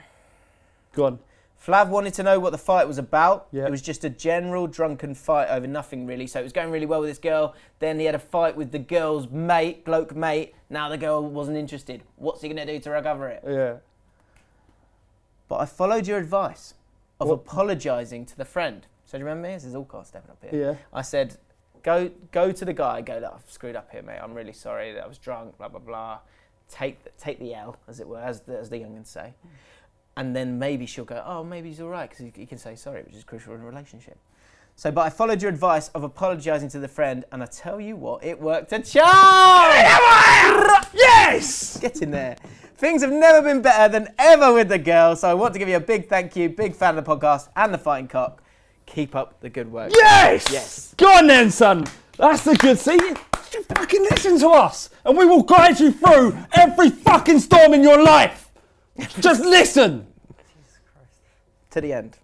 S2: Go on.
S1: Flav wanted to know what the fight was about.
S2: Yeah.
S1: It was just a general drunken fight over nothing, really. So it was going really well with this girl. Then he had a fight with the girl's mate, bloke mate. Now the girl wasn't interested. What's he going to do to recover it?
S2: Yeah.
S1: But I followed your advice of
S2: What-
S1: apologising to the friend. So do you remember me? This is all cast stepping up here.
S2: Yeah.
S1: I said, go go to the guy, go, look, I've screwed up here, mate. I'm really sorry that I was drunk, blah, blah, blah. Take the, take the L, as it were, as the, as the youngins say. And then maybe she'll go, oh, maybe he's all right, because he, he can say sorry, which is crucial in a relationship. So, but I followed your advice of apologising to the friend, and I tell you what, it worked a charm!
S2: Yes!
S1: Get in there. Things have never been better than ever with the girl, so I want to give you a big thank you. Big fan of the podcast and the fighting cock. Keep up the good work.
S2: Yes!
S1: Yes.
S2: Go on then, son. That's the good. See, you fucking listen to us, and we will guide you through every fucking storm in your life. Just listen
S3: Jesus Christ.
S1: To the end.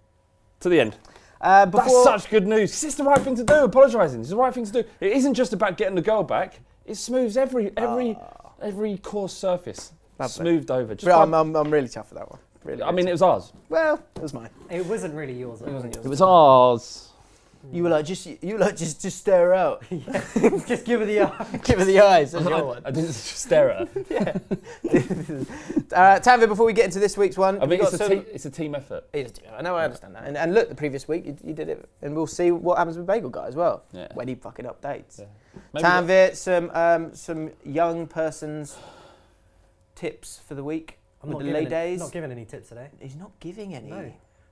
S2: to the end.
S1: Uh,
S2: That's
S1: before-
S2: such good news. 'cause It's the right thing to do. Apologising. It's the right thing to do. It isn't just about getting the girl back. It smooths every every every coarse surface.
S1: Ah. Lovely.
S2: Smoothed over. Ah, Just
S1: Re-
S2: by-
S1: I'm, I'm, I'm really chuffed with that one. Really.
S2: I mean, it was ours.
S1: well, it was mine.
S3: It wasn't really yours. It wasn't
S2: It was ours.
S3: *laughs*
S1: You were like, just you were like, just just stare her out, *laughs*
S3: Just give her the uh, eye.
S1: give her the eyes. That's your
S2: I, *laughs*
S1: one.
S2: I didn't stare *laughs* at her.
S1: *laughs* Uh, Tanvir, before we get into this week's one,
S2: I
S1: have you
S2: mean, it's a,
S1: got
S2: te-
S1: some-
S2: it's a team effort.
S1: It's a team. I know, I understand that. And, and look, the previous week you, you did it, and we'll see what happens with Bagel Guy as well
S2: Yeah.
S1: when he fucking updates.
S2: Yeah. Maybe that-
S1: Tanvir, some um, some young person's tips for the week.
S3: I'm
S1: With
S3: not
S1: the
S3: giving,
S1: lay
S3: any-
S1: days?
S3: not giving any tips today.
S1: He's not giving any.
S3: No.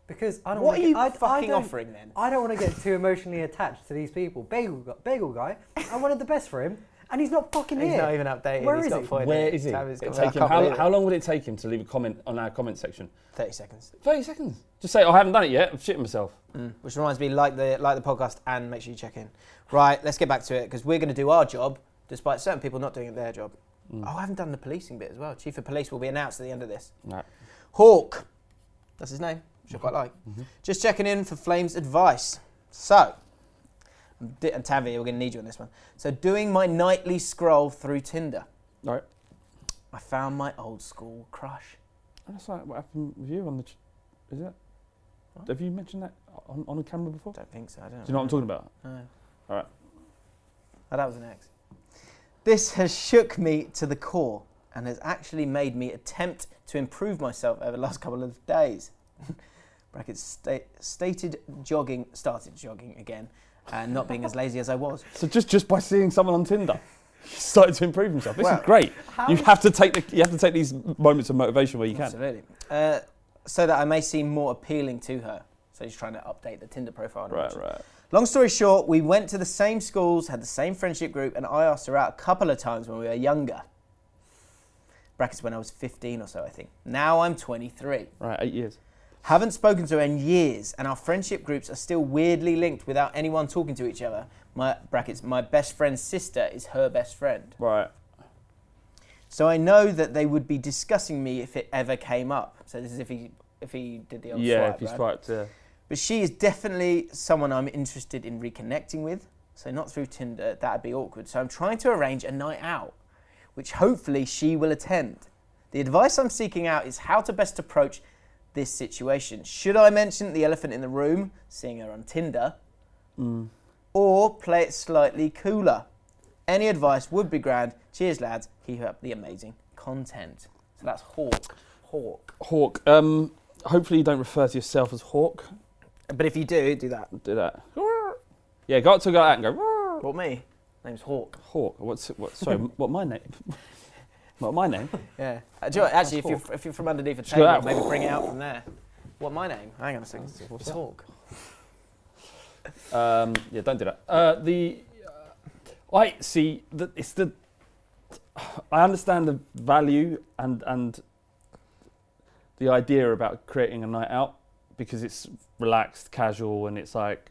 S3: Because I don't
S1: What
S3: wanna
S1: are
S3: get-
S1: you
S3: I, I
S1: fucking
S3: don't-
S1: offering then?
S3: I don't want to get too emotionally attached to these people. Bagel, gu- bagel guy, I wanted the best for him, and he's not fucking
S1: He's
S3: here.
S1: not even updated.
S3: Where
S1: He's
S3: is
S1: not
S3: he?
S1: foiled
S2: Where
S1: it.
S2: is he?
S1: Time is
S2: It
S1: gone. I
S2: take him,
S1: can't
S2: how,
S1: believe it.
S2: how long would it take him to leave a comment on our comment section?
S1: 30 seconds.
S2: 30 seconds. Just say, I haven't done it yet. I'm shitting myself.
S1: Mm. Which reminds me, like the like the podcast, and make sure you check in. Right, let's get back to it because we're going to do our job, despite certain people not doing their job.
S2: Mm.
S1: Oh, I haven't done the policing bit as well. Chief of police will be announced at the end of this.
S2: Right.
S1: Hawk, that's his name, which I quite like.
S2: Mm-hmm.
S1: Just checking in for Flame's advice. So, and Di- and Tavi, we're going to need you on this one. So, doing my nightly scroll through Tinder,
S2: All right.
S1: I found my old school crush.
S2: And it's like, what happened with you on the. Ch- is it?
S1: What?
S2: Have you mentioned that on, on camera before?
S1: Don't think so. I don't.
S2: Do you know what I'm talking about?
S1: No.
S2: All right.
S1: Oh, that was an X. This has shook me to the core and has actually made me attempt to improve myself over the last couple of days. *laughs* Brackets sta- stated jogging started jogging again and not being as lazy as I was.
S2: So just just by seeing someone on Tinder, *laughs* he started to improve himself. This
S1: Well,
S2: is great.
S3: How
S2: You
S3: is-
S2: have to take the, you have to take these moments of motivation where you can.
S1: Absolutely. Uh, so that I may seem more appealing to her. So he's trying to update the Tinder profile. and
S2: Right,
S1: imagine.
S2: right.
S1: Long story short, we went to the same schools, had the same friendship group, and I asked her out a couple of times when we were younger. Brackets when I was 15 or so, I think. Now I'm 23.
S2: Right, eight years.
S1: Haven't spoken to her in years, and our friendship groups are still weirdly linked without anyone talking to each other. My brackets, my best friend's sister is her best friend.
S2: Right.
S1: So I know that they would be discussing me if it ever came up. So this is if he if he did the old
S2: yeah,
S1: swipe,
S2: if he's
S1: right?
S2: swiped, yeah.
S1: But she is definitely someone I'm interested in reconnecting with. So not through Tinder, that'd be awkward. So I'm trying to arrange a night out, which hopefully she will attend. The advice I'm seeking out is how to best approach this situation. Should I mention the elephant in the room, seeing her on Tinder, or play it slightly cooler? Any advice would be grand. Cheers, lads. Keep up the amazing content. So that's Hawk. Hawk.
S2: Hawk. Um, hopefully you don't refer to yourself as Hawk.
S1: But if you do, do that.
S2: Do *laughs* that. Yeah, go up to a guy like that and go.
S1: What me? Name's Hawk.
S2: Hawk. What's what? *laughs* Sorry, m- what my name? What my name?
S1: Yeah. Uh, do you know what, actually, if
S2: Hawk.
S1: you're, if you're from underneath a
S2: Just go
S1: table,
S2: out.
S1: maybe bring it out from there. What, my name? Hang on a second. It's Hawk.
S2: Um, yeah, don't do that. Uh, the uh, I see that it's the. I understand the value and and the idea about creating a night out because it's relaxed, casual, and it's like,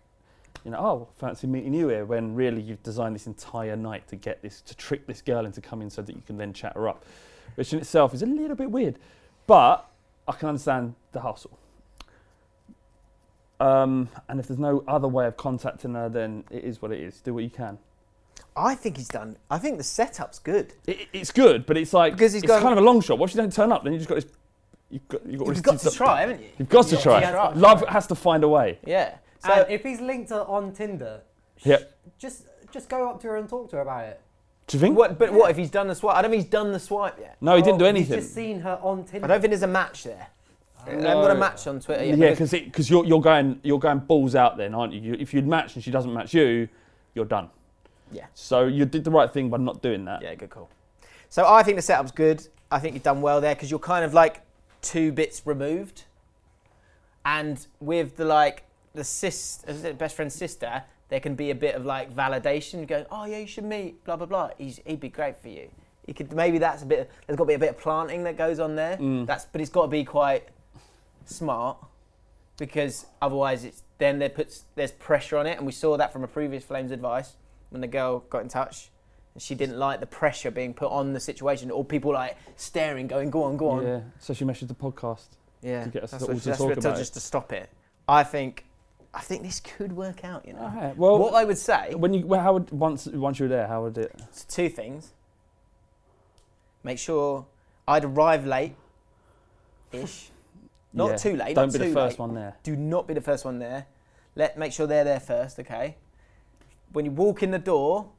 S2: you know, oh, fancy meeting you here. When really you've designed this entire night to get this to trick this girl into coming so that you can then chat her up, which in itself is a little bit weird, but I can understand the hustle. Um, and if there's no other way of contacting her, then it is what it is. Do what you can.
S1: I think he's done. I think the setup's good.
S2: It, it- it's good, but it's like
S1: Because he's
S2: it's
S1: going-
S2: kind of a long shot. What if you don't turn up? Then you just got this. You've got, you've got, all
S1: You've
S2: this
S1: got to
S2: stuff-
S1: try, haven't you?
S2: You've got to
S1: Yeah,
S2: try.
S1: yeah, right.
S2: Love has to find a way.
S1: Yeah. So
S3: and if he's linked her on Tinder, sh-
S2: Yeah.
S3: just just go up to her and talk to her about it.
S2: Do you think?
S1: what? But what if he's done the swipe? I don't think he's done the swipe yet.
S2: No, he didn't do
S3: Oh,
S2: anything.
S3: He's just seen her on Tinder.
S1: I don't think there's a match there. I haven't got a match on Twitter yet.
S2: yeah,
S1: because
S2: because because you're you're going you're going balls out then, aren't you? you? If you'd match and she doesn't match you, you're done.
S1: Yeah.
S2: So you did the right thing by not doing that.
S1: Yeah, good call. So I think the setup's good. I think you've done well there because you're kind of like two bits removed. And with the like the sis, is it best friend's sister, there can be a bit of like validation going, oh yeah, you should meet, blah blah blah. He's, he'd be great for you. You could maybe that's a bit. There's got to be a bit of planting that goes on there.
S2: Mm.
S1: That's but it's got to be quite smart because otherwise it's then there puts there's pressure on it and we saw that from a previous flames advice when the girl got in touch and she didn't like the pressure being put on the situation or people like staring going go on go on
S2: Yeah. So she messaged the podcast.
S1: yeah
S2: To get us
S1: that's
S2: all
S1: what,
S2: to
S1: that's
S2: talk
S1: what-
S2: about it.
S1: just to stop it i think i think this could work out you know
S2: Alright, well-
S1: what i would say
S2: When you well, how would once once you were there, how would it?
S1: so two things. Make sure I'd arrive late
S2: *laughs*
S1: ish. Not
S2: Yeah,
S1: too late.
S2: Don't
S1: not
S2: be the
S1: too
S2: first
S1: late.
S2: one there.
S1: Do not be the first one there. Let make sure they're there first, okay? When you walk in the door,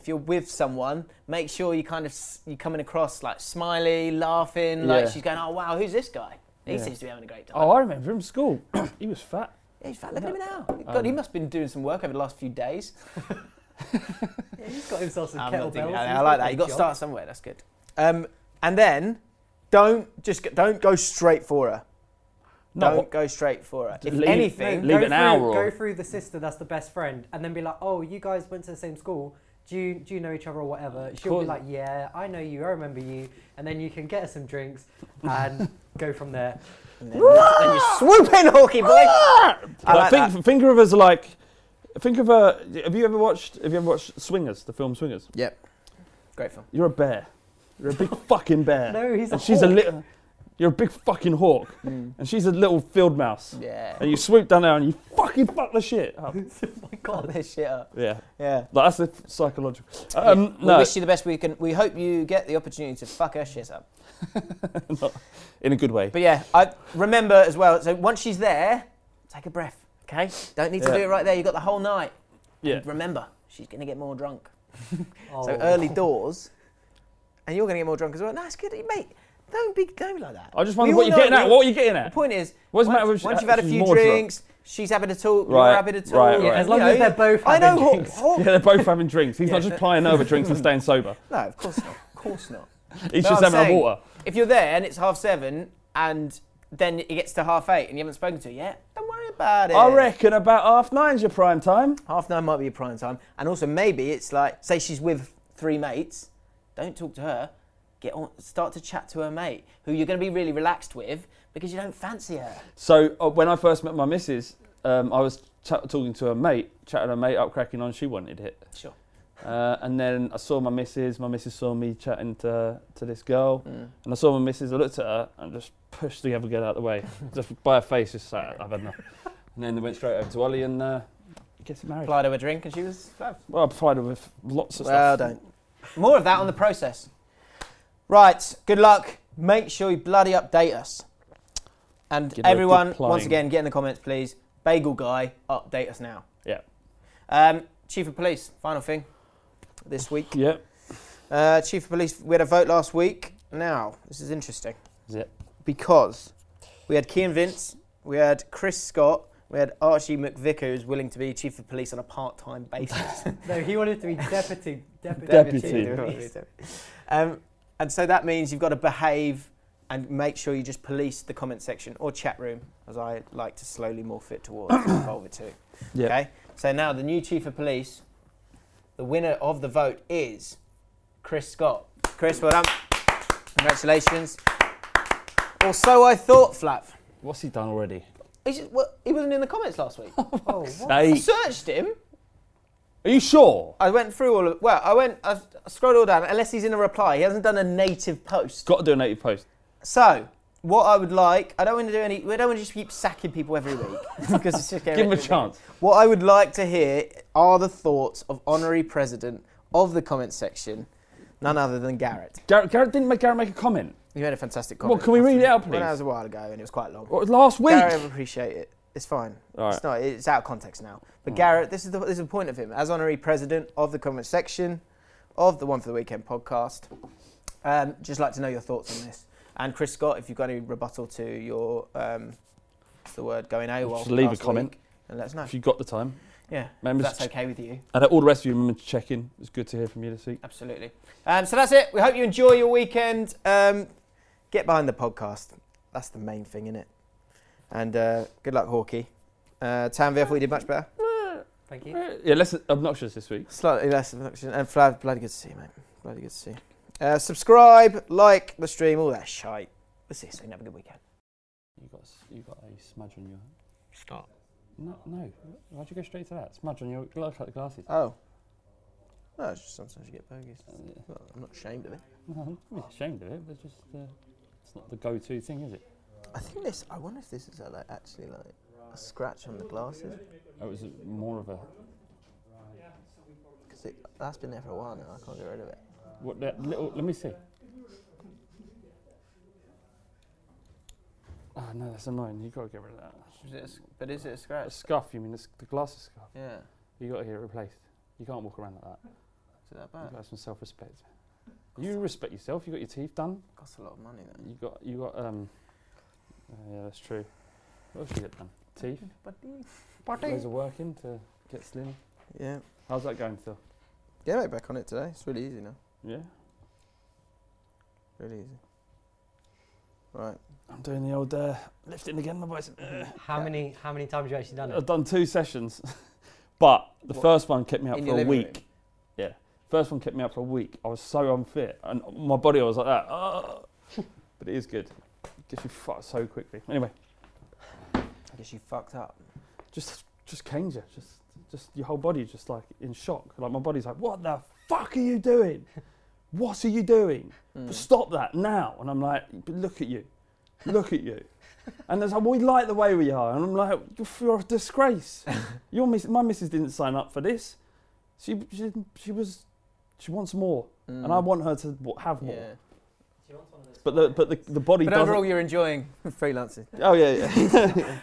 S1: if you're with someone, make sure you kind of s- you're coming across like smiley, laughing, like
S2: Yeah.
S1: she's going, "Oh wow, who's this guy? He
S2: Yeah.
S1: seems to be having a great time."
S2: Oh, I remember him from school. he was fat.
S1: Yeah, he's fat. Look at him now.
S2: Oh.
S1: God, he must have been doing some work over the last few days.
S3: He's got himself some
S1: I'm not
S3: kettlebells.
S1: thinking-
S3: he's
S1: I, I
S3: got
S1: like
S3: some
S1: that. You got to
S3: jog.
S1: start somewhere. That's good. Um, and then Don't just go- don't go straight for her.
S2: No,
S1: don't go straight for her. If
S2: Leave-
S1: anything,
S2: leave an
S3: go through,
S2: hour
S3: Go
S2: or-
S3: through the sister that's the best friend, and then be like, "Oh, you guys went to the same school. Do you do you know each other or whatever?" She'll
S2: course.
S3: be like, "Yeah, I know you. I remember you." And then you can get her some drinks
S2: *laughs*
S3: and go from there.
S1: and then, then you swoop in, Hawkeye boy.
S2: *laughs*
S1: I
S2: But
S1: like
S2: think, think of us like. Think of a. Have you ever watched? Have you ever watched Swingers? The film Swingers.
S1: Yep. Great film.
S2: You're a bear. You're a
S1: *laughs*
S2: big fucking bear.
S3: No, he's a
S2: and she's a
S3: hawk.
S2: little. You're a big fucking hawk, and she's a little field mouse.
S1: Yeah. *laughs*
S2: And Mm. you swoop down there and you fucking fuck the shit up.
S3: oh my
S1: Got
S3: god,
S1: this shit up.
S2: yeah,
S1: Yeah.
S2: Like, that's the f- psychological. Um,
S1: we
S2: No,
S1: wish you the best. We can. We hope you get the opportunity to fuck her shit up.
S2: in a good way.
S1: But yeah, I remember as well. So once she's there, take a breath. Okay. Don't need to
S2: Yeah.
S1: do it right there. You got the whole night.
S2: Yeah.
S1: Remember, she's gonna get more drunk.
S3: Oh.
S1: So early doors, and you're gonna get more drunk as well. No, it's good, mate. Don't be don't be like that.
S2: I just
S1: We
S2: wonder
S1: all
S2: what
S1: know-
S2: you're getting at.
S1: we-
S2: What are you getting
S1: The
S2: at?
S1: point is,
S2: Oh, What's
S1: once,
S2: the matter with-
S1: once you've had a
S2: she's
S1: few
S2: more drunk?
S1: drinks, she's having a talk,
S2: Right,
S1: you're having a talk.
S2: right,
S1: you
S2: right.
S3: As long
S1: know,
S3: as they're both
S1: I know.
S3: having
S1: Hawk- *laughs*
S3: drinks.
S1: Hawk-
S2: *laughs* Yeah, they're both having drinks. He's not
S1: Yeah.
S2: just plying over drinks and
S1: *laughs*
S2: staying sober.
S1: No, of course not. Of course not.
S2: He's
S1: No,
S2: just
S1: I'm
S2: having a
S1: saying-
S2: water.
S1: If you're there and it's half seven, and then it gets to half eight, and you haven't spoken to her yet, don't worry about it.
S2: I reckon about half nine's your prime time.
S1: half nine might be your prime time, and also maybe it's like say she's with three mates, don't talk to her, get on, start to chat to her mate who you're going to be really relaxed with because you don't fancy her.
S2: So uh, when I first met my missus, um, I was cha- talking to her mate, chatting her mate up, cracking on. She wanted it,
S1: Sure.
S2: uh, and then I saw my missus. My missus saw me chatting to to this girl, and I saw my missus. I looked at her and just pushed the other girl out of the way, *laughs* just by her face, just like I've had enough. And then they went straight over to Ollie and uh, gets married.
S1: Applied her a drink and she was well
S2: Well, I provided her with lots of stuff.
S1: done. More of that on the process. Right. Good luck. Make sure you bloody update us. And
S2: Give her a good
S1: everyone, once
S2: plying.
S1: again, get in the comments, please. Bagel guy, update us now.
S2: Yeah.
S1: Um, Chief of Police, final thing this week.
S2: Yep.
S1: Uh, Chief of Police, we had a vote last week. Now, this is interesting.
S2: Is it?
S1: Because we had Kean Vince, we had Chris Scott, we had Archie McVicker, who's willing to be Chief of Police on a part
S2: *laughs*
S1: time basis.
S3: No, he wanted to be deputy.
S1: *laughs*
S3: Deputy.
S2: Deputy.
S1: um, and so that means you've got to behave and make sure you just police the comment section or chat room, as I like to slowly morph it towards, *coughs* evolve it to.
S2: Yeah.
S1: Okay? So now the new Chief of Police, the winner of the vote is Chris Scott. Chris, well done. Congratulations. Or so I thought, Flap.
S2: What's he done already?
S1: He's just, well, he wasn't in the comments last
S2: *laughs*
S1: week.
S3: Oh, what?
S1: I
S2: Hey,
S1: searched him.
S2: are you sure?
S1: I went through all of. Well, I went. I scrolled all down. Unless he's in a reply, he hasn't done a native post.
S2: Got to do a native post.
S1: So, what I would like, I don't want to do any. We don't want to just keep sacking people every week because it's just getting
S2: Give him a
S1: ridiculous.
S2: chance.
S1: What I would like to hear are the thoughts of honorary president of the comment section, none other than Garrett.
S2: Garrett, Garrett didn't make Garrett make a comment.
S1: You made a fantastic
S2: Well,
S1: comment.
S2: can we read it out,
S1: Well,
S2: please?
S1: that was a while ago and it was quite long.
S2: What, was last week.
S1: Garrett, I appreciate it. It's fine.
S2: All right.
S1: It's not. It's out of context now. But Garrett, this is the this is the point of him as honorary president of the comment section of the One for the Weekend podcast. Um, just like to know your thoughts on this. And Chris Scott, if you've got any rebuttal to your um, what's the word going AWOL,
S2: Just leave a
S1: last
S2: comment.
S1: week, and let us know.
S2: If you've got the time.
S1: Yeah, if
S2: Members,
S1: that's okay with you.
S2: and all the rest of you remember to check in. It's good to hear from you this week.
S1: Absolutely. Um, so that's it. We hope you enjoy your weekend. Um, get behind the podcast. That's the main thing, innit? And uh, good luck, Hawkeye. Uh, Tanvi, I thought you did much better.
S3: Thank you.
S2: Yeah, less obnoxious this week.
S1: Slightly less of an option. And Flav, bloody good to see you, mate. Bloody good to see you. Uh, subscribe, like the stream, all that shite. We'll see you soon. Have a good weekend.
S2: You got s- you got a smudge on your.
S1: Stop.
S2: No, no. Why'd you go straight to that? Smudge on your gla- gla- glasses.
S1: Oh. No, it's just sometimes you get bogeys.
S2: Uh, yeah.
S1: Well, I'm not ashamed of it.
S2: No, I'm not ashamed of it, but just uh, it's not the go-to thing, is it?
S1: I think this. I wonder if this is uh, like actually like a scratch on the glasses
S2: It was more of a
S1: because that's been there for a while now. I can't get rid of it.
S2: what that little. Let me see. Oh no, that's annoying. You gotta get rid of that.
S1: but is it a
S2: A
S1: scratch?
S2: scuff? You mean the, s- the glasses scuff?
S1: Yeah.
S2: You gotta get it replaced. You can't walk around like that.
S1: Is it that
S2: You've got to have some self-respect. You respect yourself. You got your teeth done.
S1: Costs a lot of money though.
S2: You got you got um. uh, yeah, that's true. What else you get done? Teeth. Loads of work in to get slim.
S1: Yeah.
S2: How's that going still?
S1: Yeah, mate, back on it today. It's really easy now.
S2: Yeah.
S1: Really easy. Right.
S2: I'm doing the old uh, lifting again, my boys. Uh,
S3: How many how many times have you actually done
S2: I've
S3: it?
S2: done two sessions, *laughs* but the
S1: What?
S2: first one kept me up
S1: In your
S2: for a
S1: living
S2: week.
S1: room?
S2: First one kept me up for a week. I was so unfit, and my body was like that. *laughs* "Ah." but it is good. It gets you fucked so quickly. Anyway,
S1: I guess you fucked up.
S2: just just change it. Just just your whole body just like in shock. Like my body's like, what the fuck are you doing? What are you doing?
S1: Mm.
S2: Stop that now. And I'm like, but look at you, look at you. And there's like, we like the way we are. And I'm like, you're, you're
S1: *laughs*
S2: a disgrace. Your miss, my missus didn't sign up for this. She she, she was she wants more, and I
S1: Mm.
S2: want her to w- have more.
S1: Yeah.
S2: But the but the, the body
S1: But
S2: doesn't. *laughs*
S1: overall, you're enjoying freelancing. *laughs*
S2: oh yeah, yeah.